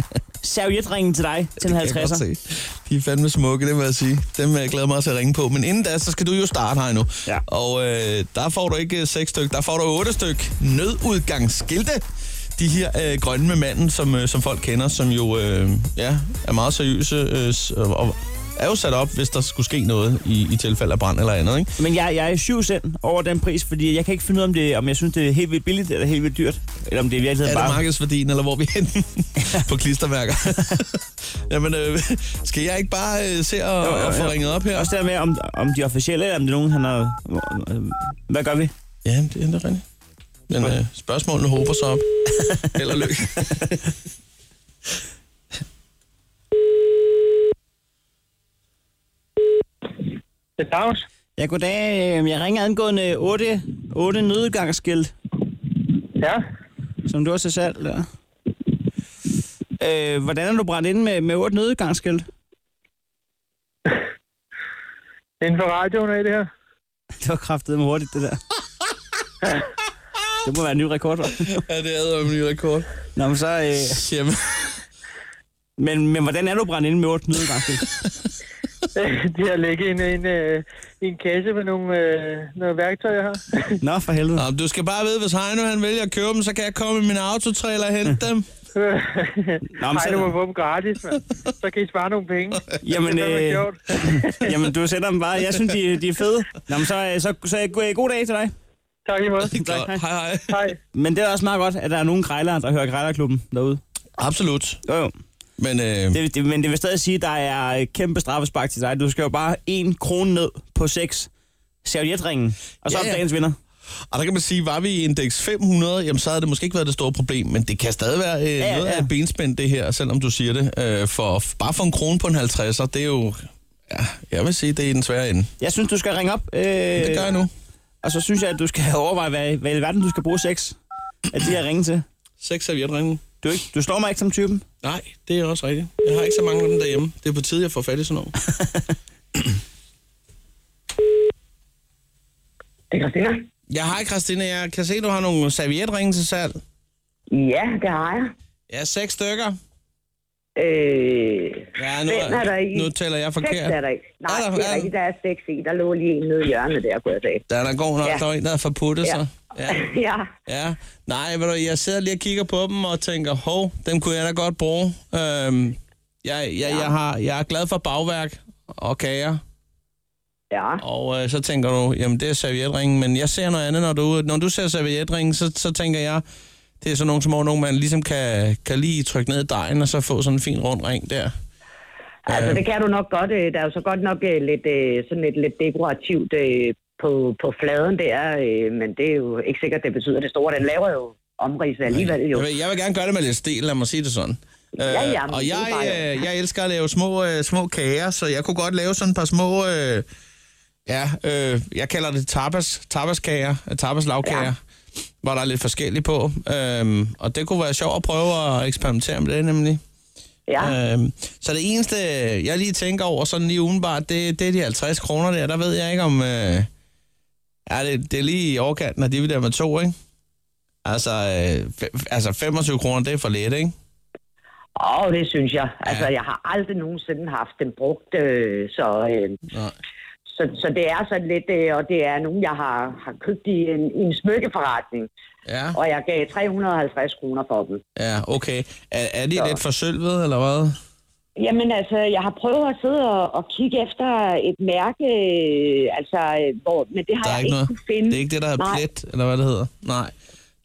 Speaker 3: servietringen til dig til en
Speaker 2: Det kan jeg
Speaker 3: 50'er.
Speaker 2: godt se. De er fandme smukke, det må jeg sige. Dem jeg glæder mig til at ringe på. Men inden da, så skal du jo starte her nu.
Speaker 3: Ja.
Speaker 2: Og øh, der får du ikke øh, seks styk, der får du otte styk nødudgangsskilte. De her øh, grønne med manden, som, øh, som folk kender, som jo øh, ja, er meget seriøse øh, s- og og er jo sat op, hvis der skulle ske noget i, i tilfælde af brand eller andet. Ikke?
Speaker 3: Men jeg, jeg er 7 cent over den pris, fordi jeg kan ikke finde ud af, om, det, om jeg synes, det er helt vildt billigt eller helt vildt dyrt. Eller om det i
Speaker 2: Er
Speaker 3: virkeligheden
Speaker 2: det
Speaker 3: bare...
Speaker 2: markedsværdien, eller hvor er vi henne på klistermærker? Jamen, øh, skal jeg ikke bare øh, se og, og få ringet op her?
Speaker 3: Også det der med, om, om de er officielle, eller om det er nogen, han har... Hvad gør vi?
Speaker 2: Ja, det er det rigtigt. Men øh, spørgsmålene håber sig op. Held og lykke.
Speaker 7: Det er Claus.
Speaker 3: Ja, goddag. Øh, Jeg ringer angående 8, 8 nødgangsskilt,
Speaker 7: Ja.
Speaker 3: som du også til salg der. Øh, hvordan er du brændt ind med, med 8 nødgangsskilt?
Speaker 7: Inden for radioen er det her.
Speaker 3: Det var kraftet med hurtigt, det der. Det må være en ny rekord, hva'?
Speaker 2: ja, det er en ny rekord.
Speaker 3: Nå, men så... Øh,
Speaker 2: Jamen,
Speaker 3: men, men hvordan er du brændt ind med 8 nødgangsskilt?
Speaker 7: det har ligget i en, en, øh, i en kasse med nogle, øh, noget værktøj, jeg har.
Speaker 3: Nå, for helvede.
Speaker 2: Nå, men du skal bare vide, hvis Heino han vælger at købe dem, så kan jeg komme i min autotrailer og hente dem.
Speaker 3: Nå, men
Speaker 7: Nej, du må
Speaker 3: så,
Speaker 7: få dem gratis, mand. Så kan I spare nogle penge.
Speaker 3: jamen,
Speaker 7: det er fandme
Speaker 3: øh,
Speaker 7: sjovt.
Speaker 3: jamen, du sender dem bare. Jeg synes, de, de er fede. Nå, men så, øh, så, så, så god, god dag til dig.
Speaker 7: tak i måde.
Speaker 2: Godt. Hej, hej.
Speaker 7: Hej.
Speaker 3: Men det er også meget godt, at der er nogen grejlere, der hører grejlerklubben derude.
Speaker 2: Absolut.
Speaker 3: Jo, jo.
Speaker 2: Men øh,
Speaker 3: Det, det, men det vil stadig sige, at der er et kæmpe straffespark til dig. Du skal jo bare en krone ned på seks servietringen, og så
Speaker 2: Ja,
Speaker 3: ja, ja.
Speaker 2: ja.
Speaker 3: er dagens vinder.
Speaker 2: og der kan man sige, var vi i indeks 500, jamen så havde det måske ikke været det store problem, men det kan stadig være øh, ja,
Speaker 3: ja.
Speaker 2: noget af et benspænd, det her, selvom du siger det. Øh, for bare for en krone på en 50'er, det er jo... Ja, jeg vil sige, det er i den svære ende.
Speaker 3: Jeg synes, du skal ringe op, øh,
Speaker 2: Det gør jeg nu.
Speaker 3: og så synes jeg, at du skal overveje, hvad, hvad i verden du skal bruge seks af de her ringe til.
Speaker 2: Seks servietringen.
Speaker 3: Du, er ikke, du slår mig ikke som typen.
Speaker 2: Nej, det er også rigtigt. Jeg har ikke så mange af dem derhjemme. Det er på tide, jeg får fat i sådan noget.
Speaker 8: Det er Christina.
Speaker 2: Jeg har Christina. Jeg kan se, du har nogle servietringe til salg.
Speaker 8: Ja, det har jeg.
Speaker 2: Ja, seks stykker.
Speaker 8: Øh,
Speaker 2: Ja,
Speaker 8: Hvem er der i?
Speaker 2: nu tæller jeg
Speaker 8: seks
Speaker 2: forkert.
Speaker 8: er der ikke. Nej,
Speaker 2: Er der-
Speaker 8: det
Speaker 2: er der?
Speaker 8: er rigtigt, der er seks i. Der lå lige en nede i hjørnet der, kunne jeg sige.
Speaker 2: Der er der god nok, ja.
Speaker 8: Ja.
Speaker 2: der var en, der havde forputtet
Speaker 8: Ja.
Speaker 2: sig. Ja.
Speaker 8: ja,
Speaker 2: ja. Nej, ved du, jeg sidder lige og kigger på dem og tænker, hov, dem kunne jeg da godt bruge. Øhm, jeg, jeg, jeg, har, jeg er glad for bagværk og kager.
Speaker 8: ja.
Speaker 2: Og øh, så tænker du, jamen det er servietringen, men jeg ser noget andet, når du, når du ser servietringen, så, så tænker jeg, det er sådan nogle små nogle, man ligesom kan, kan lige trykke ned i dejen, og så få sådan en fin rund ring der.
Speaker 8: Altså, det kan du nok godt. øh, Der er jo så godt nok øh, lidt, øh, sådan lidt, lidt dekorativt øh, på, på fladen der, øh, men det er jo ikke sikkert, det betyder det store. Den laver jo omridset alligevel jo.
Speaker 2: Jeg vil, jeg vil gerne gøre det med lidt stil, lad mig sige det sådan.
Speaker 8: Ja, ja,
Speaker 2: Øh,
Speaker 8: men
Speaker 2: og
Speaker 8: det er
Speaker 2: jeg,
Speaker 8: jo bare-
Speaker 2: øh, jeg elsker at lave små, øh, små kager, så jeg kunne godt lave sådan et par små, øh, ja, øh, jeg kalder det tapas, tapaskager, øh, tapaslagkager, ja. hvor der er lidt forskelligt på. Øh, og det kunne være sjovt at prøve at eksperimentere med det nemlig.
Speaker 8: Ja,
Speaker 2: Øhm, så det eneste, jeg lige tænker over sådan lige udenbart, det, det er de 50 kroner der. Der ved jeg ikke om... Øh, ja, det, det er lige i overkanten af divideret med to, ikke? Altså, øh, fe- altså 25 kroner, det er for let, ikke?
Speaker 8: og det synes jeg. Altså, jeg har aldrig nogensinde haft den brugt, øh, så... Øh,
Speaker 2: Nej.
Speaker 8: Så, så det er sådan lidt, øh, og det er nogen, jeg har, har købt i en, i en smykkeforretning,
Speaker 2: Ja,
Speaker 8: og jeg gav 350 kroner for dem.
Speaker 2: ja okay. Er, er det lidt for sølvet, eller hvad?
Speaker 8: Jamen altså, jeg har prøvet at sidde og, og kigge efter et mærke, øh, altså, øh, hvor, men det har
Speaker 2: Der er
Speaker 8: jeg
Speaker 2: ikke
Speaker 8: ikke
Speaker 2: noget.
Speaker 8: kunnet finde.
Speaker 2: Det er ikke det, der hedder
Speaker 8: Nej.
Speaker 2: plet, eller hvad det hedder? Nej.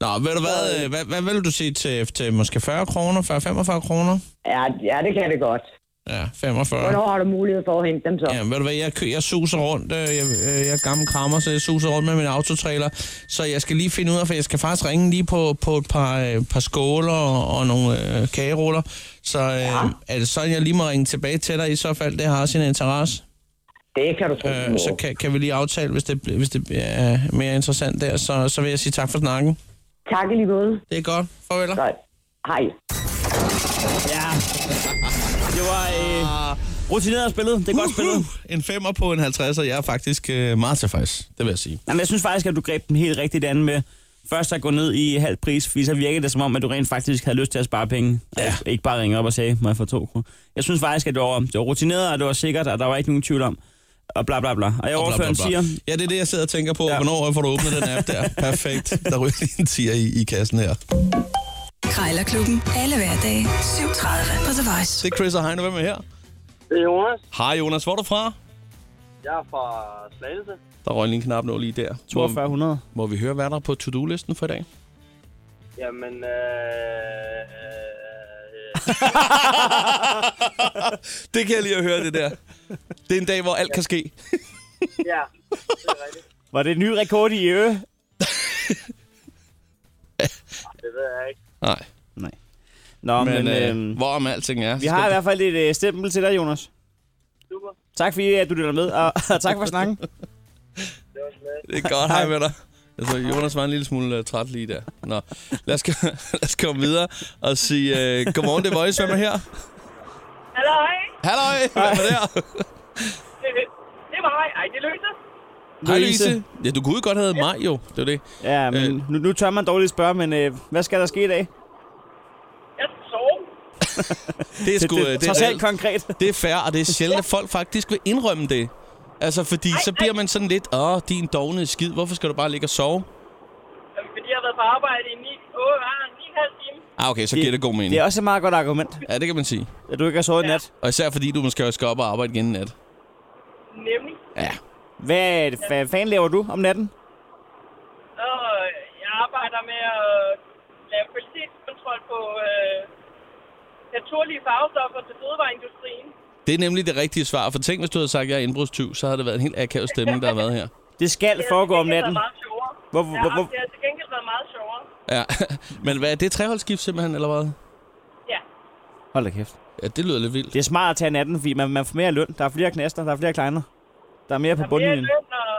Speaker 2: Nå, ved du hvad, øh, hvad, hvad vil du sige til, til måske 40 kroner, 40-45 kroner?
Speaker 8: Ja, ja, det kan det godt.
Speaker 2: Ja, 45.
Speaker 8: Hvornår har du mulighed for at hente dem så?
Speaker 2: Ja, ved du hvad, jeg, kø- jeg suser rundt, øh, jeg, øh, jeg er gammel krammer, så jeg suser rundt med min autotrailer, så jeg skal lige finde ud af, for jeg skal faktisk ringe lige på, på et par, øh, par skåler og, og nogle øh, kageruller, så øh, ja. er det sådan, jeg lige må ringe tilbage til dig, i så fald det har sin interesse,
Speaker 8: Det kan du tro. du må.
Speaker 2: øh, så kan, kan vi lige aftale, hvis det, bl- hvis det er mere interessant der, så, så vil jeg sige tak for snakken.
Speaker 8: Tak i lige måde.
Speaker 2: Det er godt, farvel.
Speaker 8: Så, hej.
Speaker 3: Ja. Det var øh, rutineret spillet. Det er godt spillet.
Speaker 2: Uh, en femmer på en 50, og jeg er faktisk øh, meget tilfreds, det vil jeg sige.
Speaker 3: Jamen, jeg synes faktisk, at du greb den helt rigtigt an med først at gå ned i halv pris, fordi så virkede det som om, at du rent faktisk havde lyst til at spare penge. Ja. Og ikke bare ringe op og sige, må jeg få to kroner. Jeg synes faktisk, at det var, det var rutineret, og det var sikkert, og der var ikke nogen tvivl om. Og bla bla bla. Og jeg
Speaker 2: Og bla, bla,
Speaker 3: overføren
Speaker 2: bla.
Speaker 3: siger,
Speaker 2: Ja, det er det, jeg sidder og tænker på.
Speaker 3: Ja.
Speaker 2: Ja. Hvornår får du åbnet den app der? Perfekt. Der ryger lige en tier i, i kassen her.
Speaker 1: Krejlerklubben. Alle hverdage 7.30 på The Voice.
Speaker 2: Det er Chris og Heino. Hvem er her?
Speaker 9: Det er Jonas.
Speaker 2: Hej Jonas, hvor er du fra?
Speaker 9: Jeg er fra Slagelse.
Speaker 2: Der røg lige en knap nå lige der. Må,
Speaker 3: 4200.
Speaker 2: må vi høre, hvad der er på to-do-listen for i dag?
Speaker 9: Jamen, øh, øh,
Speaker 2: Det kan jeg lige at høre, det der. Det er en dag, hvor alt kan ske.
Speaker 9: ja.
Speaker 3: Var det en ny rekord i ø?
Speaker 9: Det ved jeg ikke.
Speaker 2: Nej,
Speaker 3: Nå, men,
Speaker 2: men,
Speaker 3: men
Speaker 2: øh,
Speaker 3: øh,
Speaker 2: hvorom alting er.
Speaker 3: vi har i
Speaker 2: skal-
Speaker 3: hvert fald et øh, stempel til dig, Jonas.
Speaker 9: Super.
Speaker 3: Tak fordi at du lytter med, og, og tak for snakken.
Speaker 9: Det var slet.
Speaker 2: Det er godt, hej med dig. Altså, Jonas var en lille smule uh, træt lige der. Nå, lad os, gå- lad os komme videre og sige uh, godmorgen, det er Voice. Hvem er her?
Speaker 4: Hallo,
Speaker 2: Halløj, hvem er der?
Speaker 4: Det var mig. Ej, det løser.
Speaker 2: Hej
Speaker 3: Louise.
Speaker 2: Louise. Ja, du kunne jo godt have heddet mig, jo. Det var det.
Speaker 3: Ja, men
Speaker 2: Øh.
Speaker 3: nu, nu tør man dårligt spørge, men øh, hvad skal der ske i dag?
Speaker 4: Jeg sov.
Speaker 2: Det er
Speaker 3: Det,
Speaker 2: sgu...
Speaker 3: det,
Speaker 2: øh,
Speaker 3: det,
Speaker 2: det,
Speaker 3: trods alt
Speaker 2: det,
Speaker 3: konkret.
Speaker 2: det er fair, og det er sjældent, at folk faktisk vil indrømme det. Altså, fordi så bliver man sådan lidt, åh, din dogne skid, hvorfor skal du bare ligge og sove?
Speaker 4: Jamen, øh, Fordi jeg har været på arbejde i 9, 8, 9,5 timer.
Speaker 2: Ah, okay, så giver det god mening.
Speaker 3: Det er også et meget godt argument,
Speaker 2: Ja, det kan man sige.
Speaker 3: at du ikke har sovet i nat.
Speaker 2: Og især fordi du måske også skal op og arbejde igen i nat.
Speaker 4: Nemlig.
Speaker 2: Ja.
Speaker 3: Hvad, hvad fanden laver du om natten?
Speaker 4: Og øh, jeg arbejder med at lave kvalitetskontrol på øh, naturlige farvestoffer til fødevareindustrien.
Speaker 2: Det er nemlig det rigtige svar, for tænk, hvis du havde sagt, at jeg er indbrudstyv, så havde det været en helt akavet stemning, der har været her.
Speaker 3: Det skal foregå om natten.
Speaker 4: Det har til gengæld været meget sjovere.
Speaker 3: Hvor, hvor, hvor,
Speaker 4: Ja, det har til gengæld været meget sjovere.
Speaker 2: Ja. Men hvad er det, treholdsskift simpelthen, eller hvad?
Speaker 4: Ja.
Speaker 3: hold da kæft.
Speaker 2: Ja, det lyder lidt vildt.
Speaker 3: Det er smart at tage natten, fordi man, man får mere løn. Der er flere knaster, der er flere kleiner. Der er mere på
Speaker 4: Mere
Speaker 3: bundlinjen.
Speaker 4: løn, og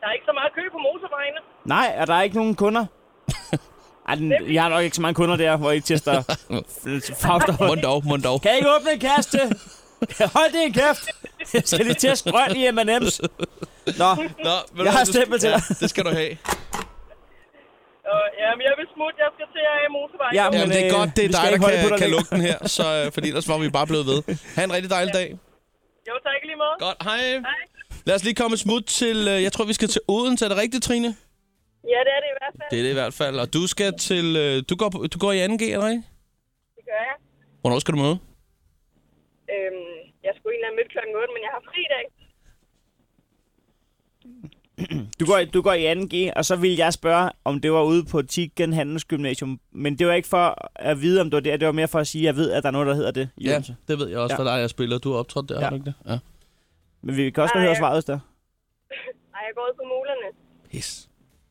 Speaker 4: der er ikke så meget kø på motorvejene.
Speaker 3: Nej, og der er ikke nogen kunder. Ej, den, jeg har nok ikke så mange kunder der, hvor I tester fagstoffer.
Speaker 2: Mund dog, mund dog.
Speaker 3: Kan I ikke åbne en kaste? Hold det en kæft! Jeg skal lige teste grøn i M&M's. Nå,
Speaker 2: Nå, ved du
Speaker 3: Jeg har
Speaker 2: hvad, du-
Speaker 3: stempel til
Speaker 2: ja,
Speaker 3: dig.
Speaker 2: Det skal du have.
Speaker 4: Og, jamen, jeg vil smutte. Jeg skal til at af motorvejen.
Speaker 3: Ja,
Speaker 2: Jamen,
Speaker 3: Men,
Speaker 2: det er
Speaker 3: øh,
Speaker 2: godt, det er
Speaker 3: vi skal
Speaker 2: dig, der
Speaker 3: ikke holde på
Speaker 2: kan,
Speaker 3: dig
Speaker 2: kan
Speaker 3: længe.
Speaker 2: lukke den her, så, øh, fordi ellers var vi bare blevet ved. Ha' en rigtig dejlig dag.
Speaker 4: Jo, tak i lige måde.
Speaker 2: Godt, hej. Lad os lige komme et smut til, øh, jeg tror, vi skal til Odense. Er det rigtigt, Trine?
Speaker 4: Ja, det er det i hvert fald.
Speaker 2: Det er det i hvert fald. Og du skal til, øh, du går, på- du går i 2G, er det rigtigt?
Speaker 4: Det gør jeg.
Speaker 2: Hvornår skal du møde?
Speaker 4: Øhm, jeg skulle egentlig have mødt kl. 8, men jeg har fri i dag.
Speaker 3: Du går, du går i 2G, og så ville jeg spørge, om det var ude på Tigen Handelsgymnasium. Men det var ikke for at vide, om det var der. Det var mere for at sige, at jeg ved, at der er noget, der hedder det. i Odense.
Speaker 2: det ved jeg også,
Speaker 3: Ja.
Speaker 2: for dig jeg spiller. Du er optrådt der,
Speaker 3: Ja.
Speaker 2: har du ikke det? Ja.
Speaker 3: Men vi kan også godt
Speaker 4: Ej.
Speaker 3: høre svaret hvis der.
Speaker 4: Nej, jeg går ud på molerne.
Speaker 2: Yes.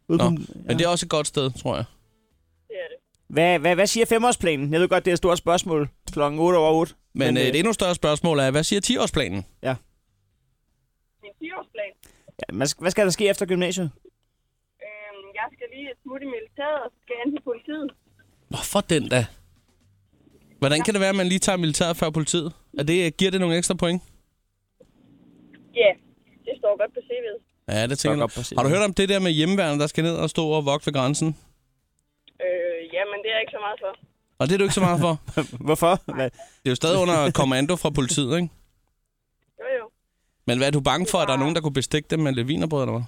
Speaker 3: Ude
Speaker 2: Nå,
Speaker 3: på, ja.
Speaker 2: Men det er også et godt sted, tror jeg.
Speaker 4: Det er det.
Speaker 3: hvad, hvad, hvad siger femårsplanen? Jeg ved godt, det er et stort spørgsmål. Klokken 8 over 8.
Speaker 2: Men,
Speaker 3: Men,
Speaker 2: Men øh,
Speaker 3: øh,
Speaker 2: et endnu større spørgsmål er, hvad siger 10-årsplanen?
Speaker 4: Min 10-årsplan.
Speaker 3: Ja, man skal- hvad skal der ske efter gymnasiet?
Speaker 4: Øhm, jeg skal lige et smut i militæret, og så skal jeg ind til politiet.
Speaker 2: Nå, for den da. Hvordan kan det være, at man lige tager militæret før politiet? Er det, øh, giver det nogle ekstra point?
Speaker 4: Ja, det står godt på CV'et.
Speaker 2: Ja, det tænker
Speaker 3: Fuck op på
Speaker 2: jeg.
Speaker 3: scenen.
Speaker 2: Har du hørt om det der med hjemmeværende, der skal ned og stå og vogte ved grænsen?
Speaker 4: Øh, ja, men det er jeg ikke så meget for.
Speaker 2: Og det er du ikke så meget for.
Speaker 3: Hvorfor? Hvad?
Speaker 2: Det er jo stadig under kommando fra politiet, ikke?
Speaker 4: Jo, jo.
Speaker 2: Men hvad er du bange for, at der er nogen, der kunne bestikke dem med levinerbrød, eller hvad?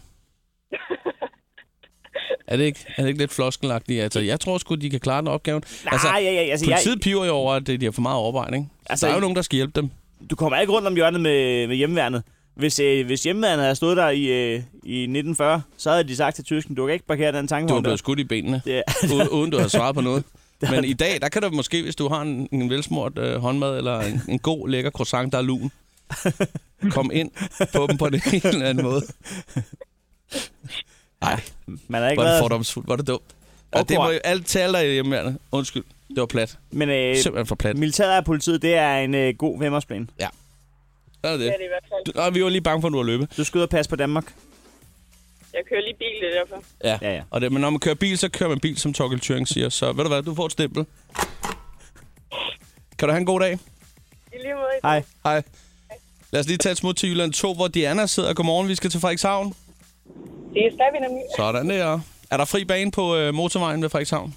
Speaker 2: Er det ikke, er det ikke lidt floskelagtigt? Altså, jeg tror sgu, de kan klare den opgaven.
Speaker 3: Nej,
Speaker 2: altså,
Speaker 3: altså, ja, ja, altså, jeg,
Speaker 2: politiet piver jo over, at de har for meget overvejning. ikke?
Speaker 3: Altså,
Speaker 2: Altså, der er jo
Speaker 3: I-
Speaker 2: nogen, der skal hjælpe dem.
Speaker 3: du kommer ikke rundt om hjørnet med, med hjemmeværnet. Hvis, øh, hvis hjemmeværnet havde stået der i, øh, i 1940, så havde de sagt til tysken, du kan ikke parkere den
Speaker 2: Du er
Speaker 3: tankvogn der.
Speaker 2: blevet skudt i benene,
Speaker 3: Ja.
Speaker 2: u- uden du har svaret på noget. Men i dag, der kan du måske, hvis du har en, en velsmurt øh, håndmad, eller en, en god, lækker croissant, der er lun, komme ind på dem på den en eller anden måde. Nej,
Speaker 3: Man er ikke
Speaker 2: hvor er det
Speaker 3: glad.
Speaker 2: fordomsfuldt, hvor er det dumt. Okay.
Speaker 3: Okay.
Speaker 2: Det var jo alt tal der hjemme, Undskyld, det var plat.
Speaker 3: Men øh,
Speaker 2: Simpelthen for plat.
Speaker 3: militæret og politiet, det er en øh, god vemmersplan.
Speaker 2: Hvad er det?
Speaker 4: Det er det i hvert fald.
Speaker 2: Du, nej, vi var lige bange for, at du var løbe.
Speaker 3: Du skal ud og passe på Danmark.
Speaker 4: Jeg kører lige bil, det er derfor.
Speaker 2: Ja.
Speaker 3: Ja, ja.
Speaker 2: Og det, men når man kører bil, så kører man bil, som Torkel Thuring siger. Så ved du hvad, du får et stempel. Kan du have en god dag?
Speaker 4: I lige måde.
Speaker 3: Hej.
Speaker 2: Hej. Lad os lige tage et smut til Jylland 2, hvor Diana sidder. Godmorgen, vi skal til Frederikshavn.
Speaker 4: Det skal vi nemlig.
Speaker 2: Sådan der. Er der fri bane på øh, motorvejen ved Frederikshavn?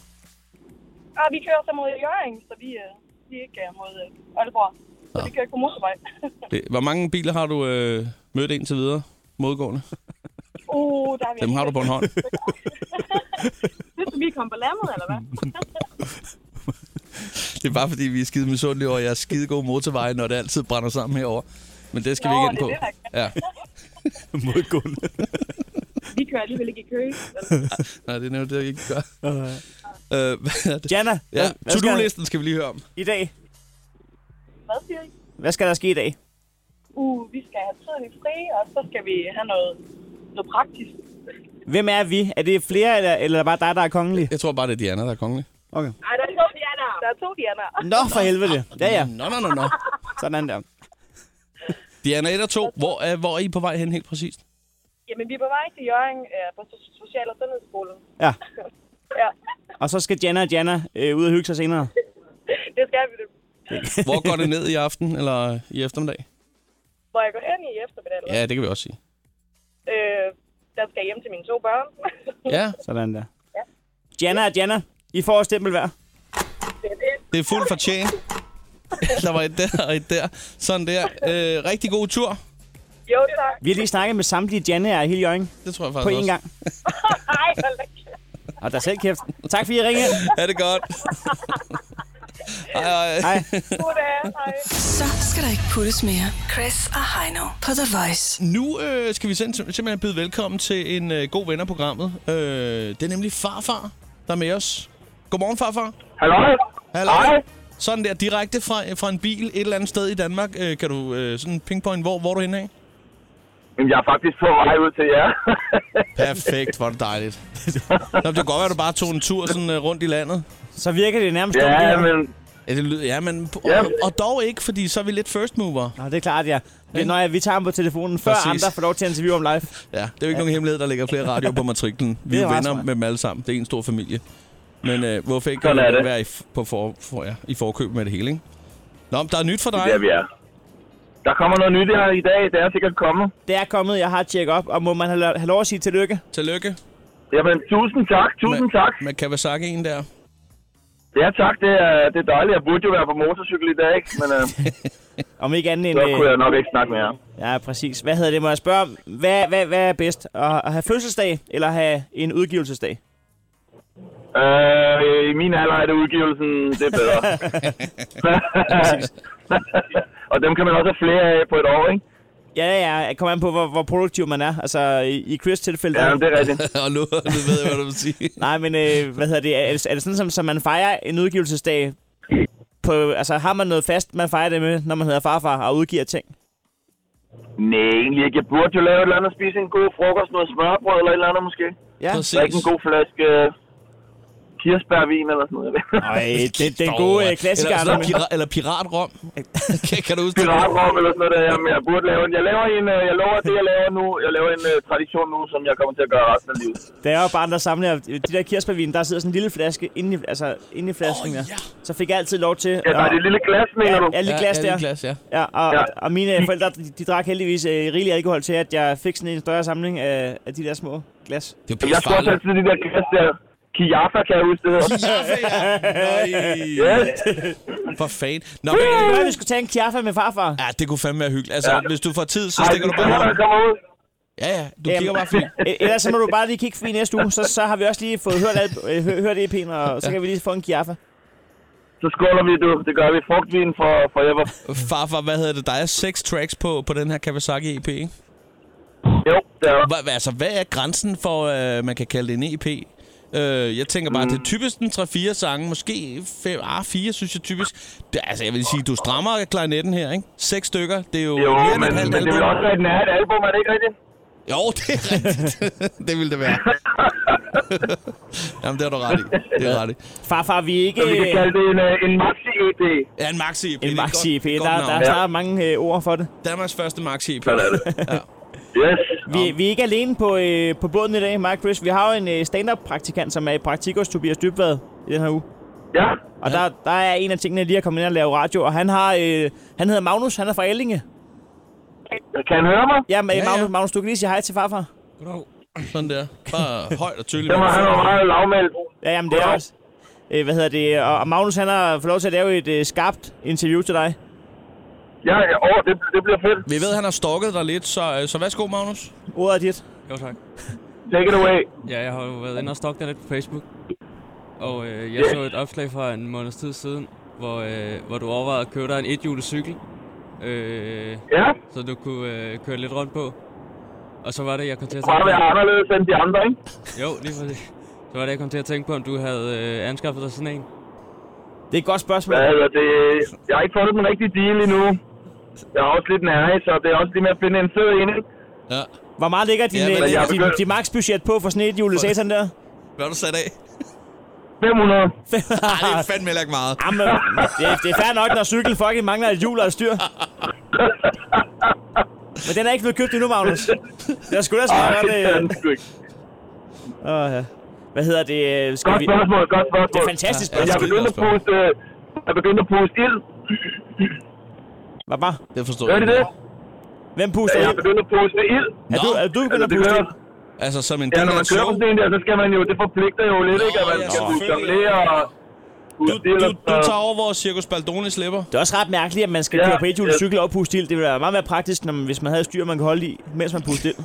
Speaker 4: Og vi kører så mod Jørgen, så vi, øh, vi er ikke øh, mod øh, Aalborg. Så
Speaker 2: Nå.
Speaker 4: vi kører ikke på motorvej.
Speaker 2: Det, hvor mange biler har du øh, mødt indtil videre? Modgående.
Speaker 4: uh, der er vi
Speaker 2: Dem har du på en hånd.
Speaker 4: Synes du, vi kom på landet, eller hvad?
Speaker 2: Det er bare fordi, vi er skide misundelige over jeres skide gode motorveje, når det altid brænder sammen herover. Men det skal vi
Speaker 4: Nå,
Speaker 2: ikke ind på.
Speaker 4: det er det, der
Speaker 2: ja.
Speaker 3: Modgående.
Speaker 4: Vi kører alligevel ikke i kø. eller?
Speaker 2: Nej, det er nemlig det, jeg ikke gør. Øh, hvad er det?
Speaker 3: Jana,
Speaker 2: Ja,
Speaker 3: hvad, hvad skal
Speaker 2: to-do-listen skal vi lige høre om.
Speaker 3: i dag?
Speaker 4: Hvad siger I?
Speaker 3: Hvad skal der ske i dag?
Speaker 4: Uh, vi skal have tiden i fri, og så skal vi have noget, noget praktisk.
Speaker 3: Hvem er vi? Er det flere, eller, eller er det bare dig, der er kongelig?
Speaker 2: Jeg tror bare, det er Diana, der er kongelig.
Speaker 3: Okay.
Speaker 4: Nej, der er to Diana. Der er to Diana.
Speaker 3: Nå, for helvede. Ja, ja.
Speaker 2: Nå, nå, nå, nå.
Speaker 3: Sådan der.
Speaker 2: Diana 1 og 2, hvor, er, hvor er I på vej hen helt præcist?
Speaker 4: Jamen, vi er på vej til Jørgen øh, på so- Social- og Sundhedsskolen.
Speaker 3: Ja.
Speaker 4: Ja,
Speaker 3: Og så skal Jana og Jana øh, ud og hygge sig senere.
Speaker 4: det skal vi. nemlig.
Speaker 2: Hvor går det ned i aften eller i eftermiddag?
Speaker 4: Hvor jeg går hen i eftermiddag. eller hvad?
Speaker 2: Ja, det kan vi også sige.
Speaker 4: Øh, der skal jeg hjem til mine to børn.
Speaker 2: Ja,
Speaker 3: Sådan der. Jana og Jana, I får et stempel hver.
Speaker 4: det er det.
Speaker 2: det er fuldt fortjent. Der var et der og et der. Sådan der. Øh, rigtig god tur.
Speaker 4: Jo, tak.
Speaker 3: Vi har lige snakket med samtlige Janaer i hele Jørgen
Speaker 2: Det tror jeg faktisk
Speaker 3: på én
Speaker 2: også.
Speaker 3: gang.
Speaker 4: Hej, hold da kæft.
Speaker 3: Og der er selv kæft. Tak fordi I ringede.
Speaker 2: Ha' det godt. Hej, hej.
Speaker 3: Hej.
Speaker 4: Goddag. Hej.
Speaker 1: Så skal der ikke puttes mere. Chris og Heino på The Voice.
Speaker 2: Nu øh, skal vi sind- simpelthen byde velkommen til en øh, god ven af programmet. Øh, det er nemlig farfar, der er med os. Godmorgen, farfar.
Speaker 7: Hallo?
Speaker 2: Hallo. Sådan der, direkte fra, fra en bil et eller andet sted i Danmark. Øh, kan du øh, sådan pinpoint, hvor, hvor er du henne af?
Speaker 7: Jamen, jeg er faktisk på vej ud til jer.
Speaker 2: Perfekt, hvor er det dejligt. Nå, men det kan godt være, at du bare tog en tur sådan, øh, rundt i landet.
Speaker 3: Så virker det nærmest dumt, det
Speaker 7: ja,
Speaker 3: her.
Speaker 7: men...
Speaker 2: Ja, det lyder, ja, men, og,
Speaker 7: Ja.
Speaker 2: og dog ikke, fordi så er vi lidt first mover.
Speaker 3: Nå, det er klart, ja. Vi, når jeg, vi tager ham på telefonen, før
Speaker 2: Præcis.
Speaker 3: andre får lov til at interviewe om live.
Speaker 2: Ja, det er jo ikke ja. nogen hemmelighed, der ligger flere radioer på matriklen. Vi
Speaker 3: Det
Speaker 2: er jo
Speaker 3: er meget
Speaker 2: venner
Speaker 3: smart.
Speaker 2: med dem alle sammen. Det er en stor familie. Men øh, hvorfor ikke
Speaker 7: Sådan er
Speaker 2: øh,
Speaker 7: det.
Speaker 2: være i, f- på for, for, ja, i forkøb med det hele, ikke? Nå, men der er nyt for dig.
Speaker 7: Der vi er. Der kommer noget nyt her i dag. Det er sikkert kommet.
Speaker 3: Det er kommet, jeg har tjekket op, og må man have, lo- have lov at sige tillykke?
Speaker 2: Tillykke
Speaker 7: Jamen, tusind tak. Tusind
Speaker 2: med,
Speaker 7: tak.
Speaker 2: med Kawasaki'en der.
Speaker 7: Ja, tak. Det er, det er dejligt. Jeg burde jo være på motorcykel i dag, ikke? Men øh,
Speaker 3: Om ikke andet end...
Speaker 7: så kunne
Speaker 3: øh,
Speaker 7: jeg nok ikke snakke med jer.
Speaker 3: Ja, præcis. Hvad hedder det, må jeg spørge om? Hvad, hvad, hvad er bedst? At, at have fødselsdag, eller have en udgivelsesdag?
Speaker 7: Øh, I min alder er det udgivelsen, det er bedre. og dem kan man også have flere af på et år, ikke?
Speaker 3: Ja, ja, ja. Kommer an på, hvor, hvor produktiv man er. Altså, i, i Chris' tilfælde...
Speaker 7: Ja,
Speaker 3: der-
Speaker 7: men det er rigtigt.
Speaker 2: og nu, nu ved jeg, hvad du vil sige.
Speaker 3: Nej, men øh, hvad hedder det? Er, det- er det sådan, som, som man fejrer en udgivelsesdag? På, altså, har man noget fast, man fejrer det med, når man hedder farfar og udgiver ting?
Speaker 7: Nej, egentlig ikke. Jeg burde jo lave et eller andet, spise en god frokost, noget smørbrød eller et eller andet måske.
Speaker 3: Ja.
Speaker 2: Præcis.
Speaker 7: Drikke en god flaske øh, kirsebærvin eller sådan noget.
Speaker 3: Ej, det, det er en god øh, klassiker.
Speaker 2: Eller, sådan noget
Speaker 3: Arne.
Speaker 2: pira- eller piratrom. kan, kan du huske det?
Speaker 7: Piratrom eller sådan noget der. Jamen, jeg burde lave en. Jeg laver en, øh, jeg lover det, jeg laver nu. Jeg laver en øh, tradition nu, som jeg kommer til at gøre resten af livet.
Speaker 3: Da jeg var barn, der samlede jeg øh, de der kirsebærvin, der sidder sådan en lille flaske inde i, altså, inde i flasken.
Speaker 2: Åh,
Speaker 3: Oh,
Speaker 2: ja.
Speaker 3: Så fik jeg altid lov til...
Speaker 7: Ja, der er det lille glas, mener du?
Speaker 3: Ja, lige glas
Speaker 2: ja,
Speaker 3: der.
Speaker 2: lige glas, ja.
Speaker 3: Ja, og, ja.
Speaker 7: Ja.
Speaker 3: og mine øh, forældre, de, de drak heldigvis øh, rigelig alkohol til, at jeg fik sådan en større samling af, af de der små glas.
Speaker 2: Det er jo
Speaker 7: Jamen, Jeg
Speaker 2: pisse
Speaker 7: skulle også
Speaker 2: farligt.
Speaker 7: altid de der glas der. Kiafa, kan jeg huske det hedder.
Speaker 2: Ja,
Speaker 7: Yes.
Speaker 2: Nej, for fanden. Nå, men,
Speaker 3: Det var, at vi skulle tage en kiaffe med farfar.
Speaker 2: ja, det kunne fandme være hyggeligt. Altså, ja.
Speaker 7: Ja.
Speaker 2: hvis du får tid, så
Speaker 7: Ej,
Speaker 2: stikker
Speaker 7: den
Speaker 2: du bare
Speaker 7: kommer,
Speaker 2: ud.
Speaker 7: den kommer ud.
Speaker 2: Ja, ja, du
Speaker 3: Jamen.
Speaker 2: kigger bare fint.
Speaker 3: E- Ellers så må du bare lige kigge forbi næste uge, så, så har vi også lige fået hørt, al, øh, hø- hørt EP'en, og så kan vi lige få en kiaffe.
Speaker 7: Så skåler vi, du. Det gør vi. Frugtvin for forever.
Speaker 2: Farfar, hvad hedder det? Der er seks tracks på, på den her Kawasaki EP, ikke?
Speaker 7: Jo, det er der.
Speaker 2: eh, Hva, hva- altså, hvad er grænsen for, øh, man kan kalde det en EP? Øh, jeg tænker bare, mm. det er typisk den 3-4 sange. Måske 5, ah, 4, synes jeg typisk. Det, altså, jeg vil sige, du strammer klarinetten her, ikke? Seks stykker. Det er jo,
Speaker 7: Jo,
Speaker 2: mere end
Speaker 7: men,
Speaker 2: et halvt
Speaker 7: men det
Speaker 2: album.
Speaker 7: vil også være et nært album, er det ikke rigtigt?
Speaker 2: Jo, det er rigtigt. det ville det være. Jamen, det har du ret i. Det er ret i.
Speaker 3: Farfar, vi er ikke...
Speaker 7: Så vi kan kalde det en, øh, en maxi-EP.
Speaker 2: Ja, en E maxi-EP.
Speaker 3: En maxi-EP. Der, der er
Speaker 2: er
Speaker 3: snart mange øh, ord for det.
Speaker 2: Danmarks første E maxi-EP.
Speaker 7: Sådan er det. Yes.
Speaker 3: Vi, vi er ikke alene på, øh, på båden i dag, Mark Chris. Vi har jo en øh, stand-up-praktikant, som er i praktik hos Tobias Dybvad i den her uge.
Speaker 7: Ja.
Speaker 3: Og der, der er en af tingene lige at komme ind og lave radio, og han har øh, han hedder Magnus, han er fra Ellinge.
Speaker 7: Kan han høre mig?
Speaker 3: Ja, men, ja,
Speaker 2: Ja,
Speaker 3: Magnus,
Speaker 2: ja.
Speaker 3: Magnus, du kan lige sige hej til farfar.
Speaker 2: Sådan der. Bare højt og tydeligt.
Speaker 7: Det var han var meget lavmældt.
Speaker 3: Ja, jamen det er
Speaker 7: Goddag.
Speaker 3: også. Øh, hvad hedder det? Og, og Magnus, han har fået lov til at lave et øh, skarpt interview til dig.
Speaker 7: Ja, ja, åh, det, det bliver fedt.
Speaker 2: Vi ved, at han har stalket dig lidt, så, øh, så værsgo, Magnus.
Speaker 3: Ordet er dit.
Speaker 6: Jo, tak.
Speaker 7: Take it away.
Speaker 6: Ja, jeg har jo været inde og stalket dig lidt på Facebook. Og øh, jeg så et opslag fra en måneds tid siden, hvor, øh, hvor du overvejede at købe dig en ethjulet cykel. Øh,
Speaker 7: Ja,
Speaker 6: så du kunne øh, køre lidt rundt på. Og så var det, jeg kom til at
Speaker 7: bare
Speaker 6: tænke
Speaker 7: være anderledes end de andre, ikke?
Speaker 6: Jo, lige for det. Så var det, jeg kom til at tænke på, om du havde øh, anskaffet dig sådan en.
Speaker 3: Det er et godt spørgsmål.
Speaker 7: Hvad hedder det? Jeg har ikke fundet den rigtige deal endnu. Jeg har også lidt nærhed, så det er også lige med at finde en fed en, ikke?
Speaker 2: Ja.
Speaker 3: Hvor meget ligger din,
Speaker 2: Ja, men
Speaker 3: ja,
Speaker 7: jeg
Speaker 3: din,
Speaker 7: er
Speaker 3: din,
Speaker 7: begyndt-
Speaker 3: din maksbudget på for sådan et julesatan der?
Speaker 2: Hvad har du sat af?
Speaker 7: 500.
Speaker 2: Ej, det er fandme heller ikke meget.
Speaker 3: Jamen, det, er- det er fair nok, når cyklen fucking mangler et hjul og et styr. Men den er ikke blevet købt endnu, Magnus. Jeg skulle da
Speaker 7: Ej,
Speaker 3: smart godt...
Speaker 7: Ah, det er den
Speaker 3: Øh,
Speaker 7: sgu ikke.
Speaker 3: åh, ja. Hvad hedder det? øh, Skal
Speaker 7: Godt
Speaker 3: vi...
Speaker 7: spørgsmål, godt spørgsmål.
Speaker 3: Det er fantastisk.
Speaker 2: Ja,
Speaker 7: Jeg er
Speaker 3: spørgsmål.
Speaker 7: begyndt at puste, øh, jeg er begyndt at puste ild.
Speaker 3: Hvad var?
Speaker 2: Det forstår
Speaker 7: Hørte I det?
Speaker 3: Hvem puster
Speaker 7: Jeg
Speaker 3: ja,
Speaker 7: er begyndt at puste ild.
Speaker 3: Er du, er du begyndt
Speaker 7: Altså,
Speaker 3: at
Speaker 7: det
Speaker 3: puste?
Speaker 7: hører,
Speaker 3: ind?
Speaker 2: Altså, som en
Speaker 7: ja,
Speaker 2: del
Speaker 7: når
Speaker 2: af
Speaker 7: man
Speaker 2: et
Speaker 7: kører på
Speaker 2: show.
Speaker 7: sådan en der, så skal man jo, det forpligter jo lidt, ikke? At man
Speaker 2: Nå, ja,
Speaker 7: skal kunne
Speaker 2: selvfølgelig.
Speaker 7: jonglere og
Speaker 2: Du,
Speaker 7: puste ild.
Speaker 2: du,
Speaker 7: og
Speaker 2: du
Speaker 7: så-
Speaker 2: tager over vores Circus Baldoni slipper.
Speaker 3: Det er også ret mærkeligt, at man skal
Speaker 7: Ja,
Speaker 3: køre på et hjulet
Speaker 7: ja.
Speaker 3: cykel og puste ild. Det ville være meget mere praktisk, når man, hvis man havde et styr, man kan holde i, mens man puster ild.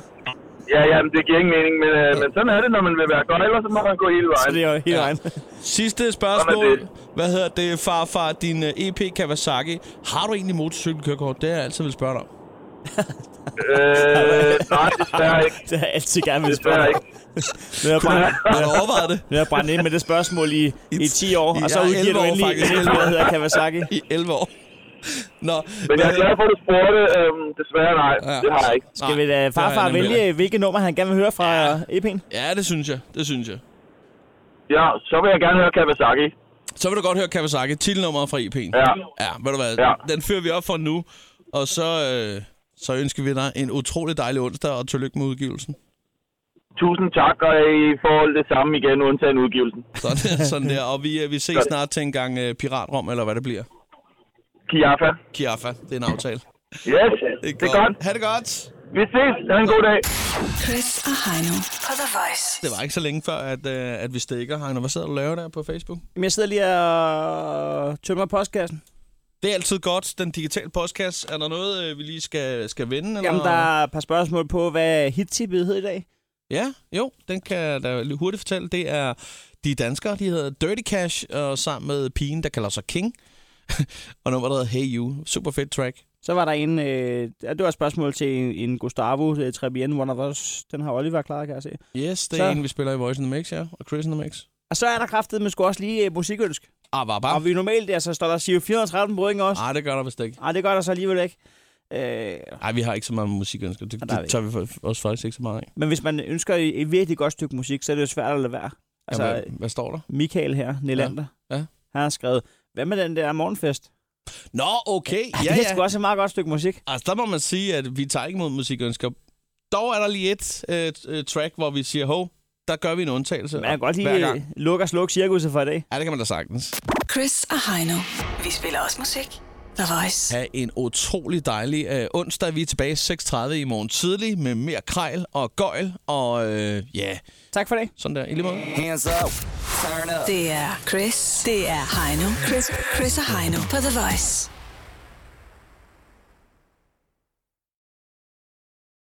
Speaker 7: Ja, ja, men det giver ingen mening, men, øh, men sådan er det, når man vil være godt, ellers så må man gå hele
Speaker 3: Så
Speaker 7: vejen.
Speaker 3: det er jo helt
Speaker 2: Ja.
Speaker 3: vejen.
Speaker 2: Sidste
Speaker 7: Sådan
Speaker 2: spørgsmål.
Speaker 7: er
Speaker 2: Hvad hedder det, farfar? Din øh, EP Kawasaki. Har du egentlig motorcykelkørekort? Det har jeg altid vil spørge dig om.
Speaker 7: Øh, nej, desværre ikke.
Speaker 3: Det har jeg altid gerne ville spørge.
Speaker 7: Desværre
Speaker 3: dig.
Speaker 7: ikke.
Speaker 3: Nu har jeg brændt,
Speaker 2: Har du overvejet det?
Speaker 3: nu har jeg brændt ind med det spørgsmål i, i 10 år, og så
Speaker 2: ja,
Speaker 3: udgiver
Speaker 2: 11
Speaker 3: du
Speaker 2: år
Speaker 3: endelig
Speaker 2: faktisk.
Speaker 3: en el, der hedder Kawasaki.
Speaker 2: I 11 år. Nå,
Speaker 7: Men jeg er glad for, at du spurgte. Øhm, desværre nej,
Speaker 2: Ja.
Speaker 7: det har jeg ikke.
Speaker 3: Skal vi lade farfar vælge, hvilket nummer han gerne vil høre fra E EP'en?
Speaker 2: Ja, det synes jeg. Det synes jeg.
Speaker 7: Ja, så vil jeg gerne høre Kawasaki.
Speaker 2: Så vil du godt høre Kawasaki. Titelnummeret fra EP'en.
Speaker 7: Ja.
Speaker 2: Ja, ved du hvad?
Speaker 7: Ja.
Speaker 2: Den fyrer vi op for nu. Og så, øh, så ønsker vi dig en utrolig dejlig onsdag, og tillykke med udgivelsen.
Speaker 7: Tusind tak, og I får det samme igen, undtagen udgivelsen.
Speaker 2: Sådan, sådan der. Og vi, øh, vi ses
Speaker 7: Godt.
Speaker 2: snart til en gang øh, piratrom, eller hvad det bliver.
Speaker 7: Kiafa.
Speaker 2: Kiafa, det er en aftale.
Speaker 7: Yes, det er godt.
Speaker 2: Ha' det godt.
Speaker 7: Vi ses. Ha' en god dag.
Speaker 1: Chris og Heino på The Voice.
Speaker 2: Det var ikke så længe før, at, øh, at vi stikker. Heino, hvad sidder du og laver der på Facebook?
Speaker 3: Jamen, jeg sidder lige og tømmer postkassen.
Speaker 2: Det er altid godt, den digitale postkasse. Er der noget, øh, vi lige skal, skal vende?
Speaker 3: Jamen, der
Speaker 2: eller?
Speaker 3: er et par spørgsmål på, hvad hittippet hed i dag.
Speaker 2: Ja, jo, den kan jeg da lige hurtigt fortælle. Det er de danskere, de hedder Dirty Cash, og sammen med pigen, der kalder sig King. og nummeret der hedder Hey You. Super fedt track.
Speaker 3: Så var der en, øh, det var et spørgsmål til en, en Gustavo øh, Trebien, One of Us. Den har Oliver klaret, kan jeg se.
Speaker 2: Yes, det
Speaker 3: Så.
Speaker 2: er en, vi spiller i Voice in the Mix, ja. Og Chris in the Mix.
Speaker 3: Og så er der kraftet med sgu også lige øh, musikønsk.
Speaker 2: Ah, var
Speaker 3: Ja.
Speaker 2: bare.
Speaker 3: Og vi normalt, altså, står der Sio 413 point også.
Speaker 2: Ah, det gør der vist ikke.
Speaker 3: Nej, det gør der så alligevel ikke. Øh,
Speaker 2: Nej, vi har ikke så meget musikønsker. Det,
Speaker 3: Ah, der er
Speaker 2: det tager vi for, også faktisk ikke så meget af.
Speaker 3: men hvis man ønsker et, et virkelig godt stykke musik, så er det jo svært at lade være. Altså,
Speaker 2: Altså, hvad, hvad står der?
Speaker 3: Michael her, Nelander,
Speaker 2: Ja, ja.
Speaker 3: han har skrevet, hvad med den der morgenfest?
Speaker 2: Nå, okay. Ja,
Speaker 3: Ja,
Speaker 2: ja.
Speaker 3: det er sgu også et meget godt stykke musik.
Speaker 2: Altså, der må man sige, at vi tager ikke imod musikønsker. Dog er der lige et øh, t- øh, track, hvor vi siger, hov, der gør vi en undtagelse.
Speaker 3: Man kan godt
Speaker 2: hver
Speaker 3: lige
Speaker 2: gang.
Speaker 3: øh, lukke og slukke cirkuset for i dag.
Speaker 2: Ja, det kan man da sagtens.
Speaker 1: Chris og Heino. Vi spiller også musik. The Voice.
Speaker 2: Ha' en utrolig dejlig øh, onsdag. Vi er tilbage 6.30 i morgen tidlig med mere krejl og gøjl. Og øh, ja,
Speaker 3: Tak for i dag.
Speaker 2: sådan der. I lige måde.
Speaker 1: Det er Chris. Det er Heino. Chris, Chris og Heino på The Voice.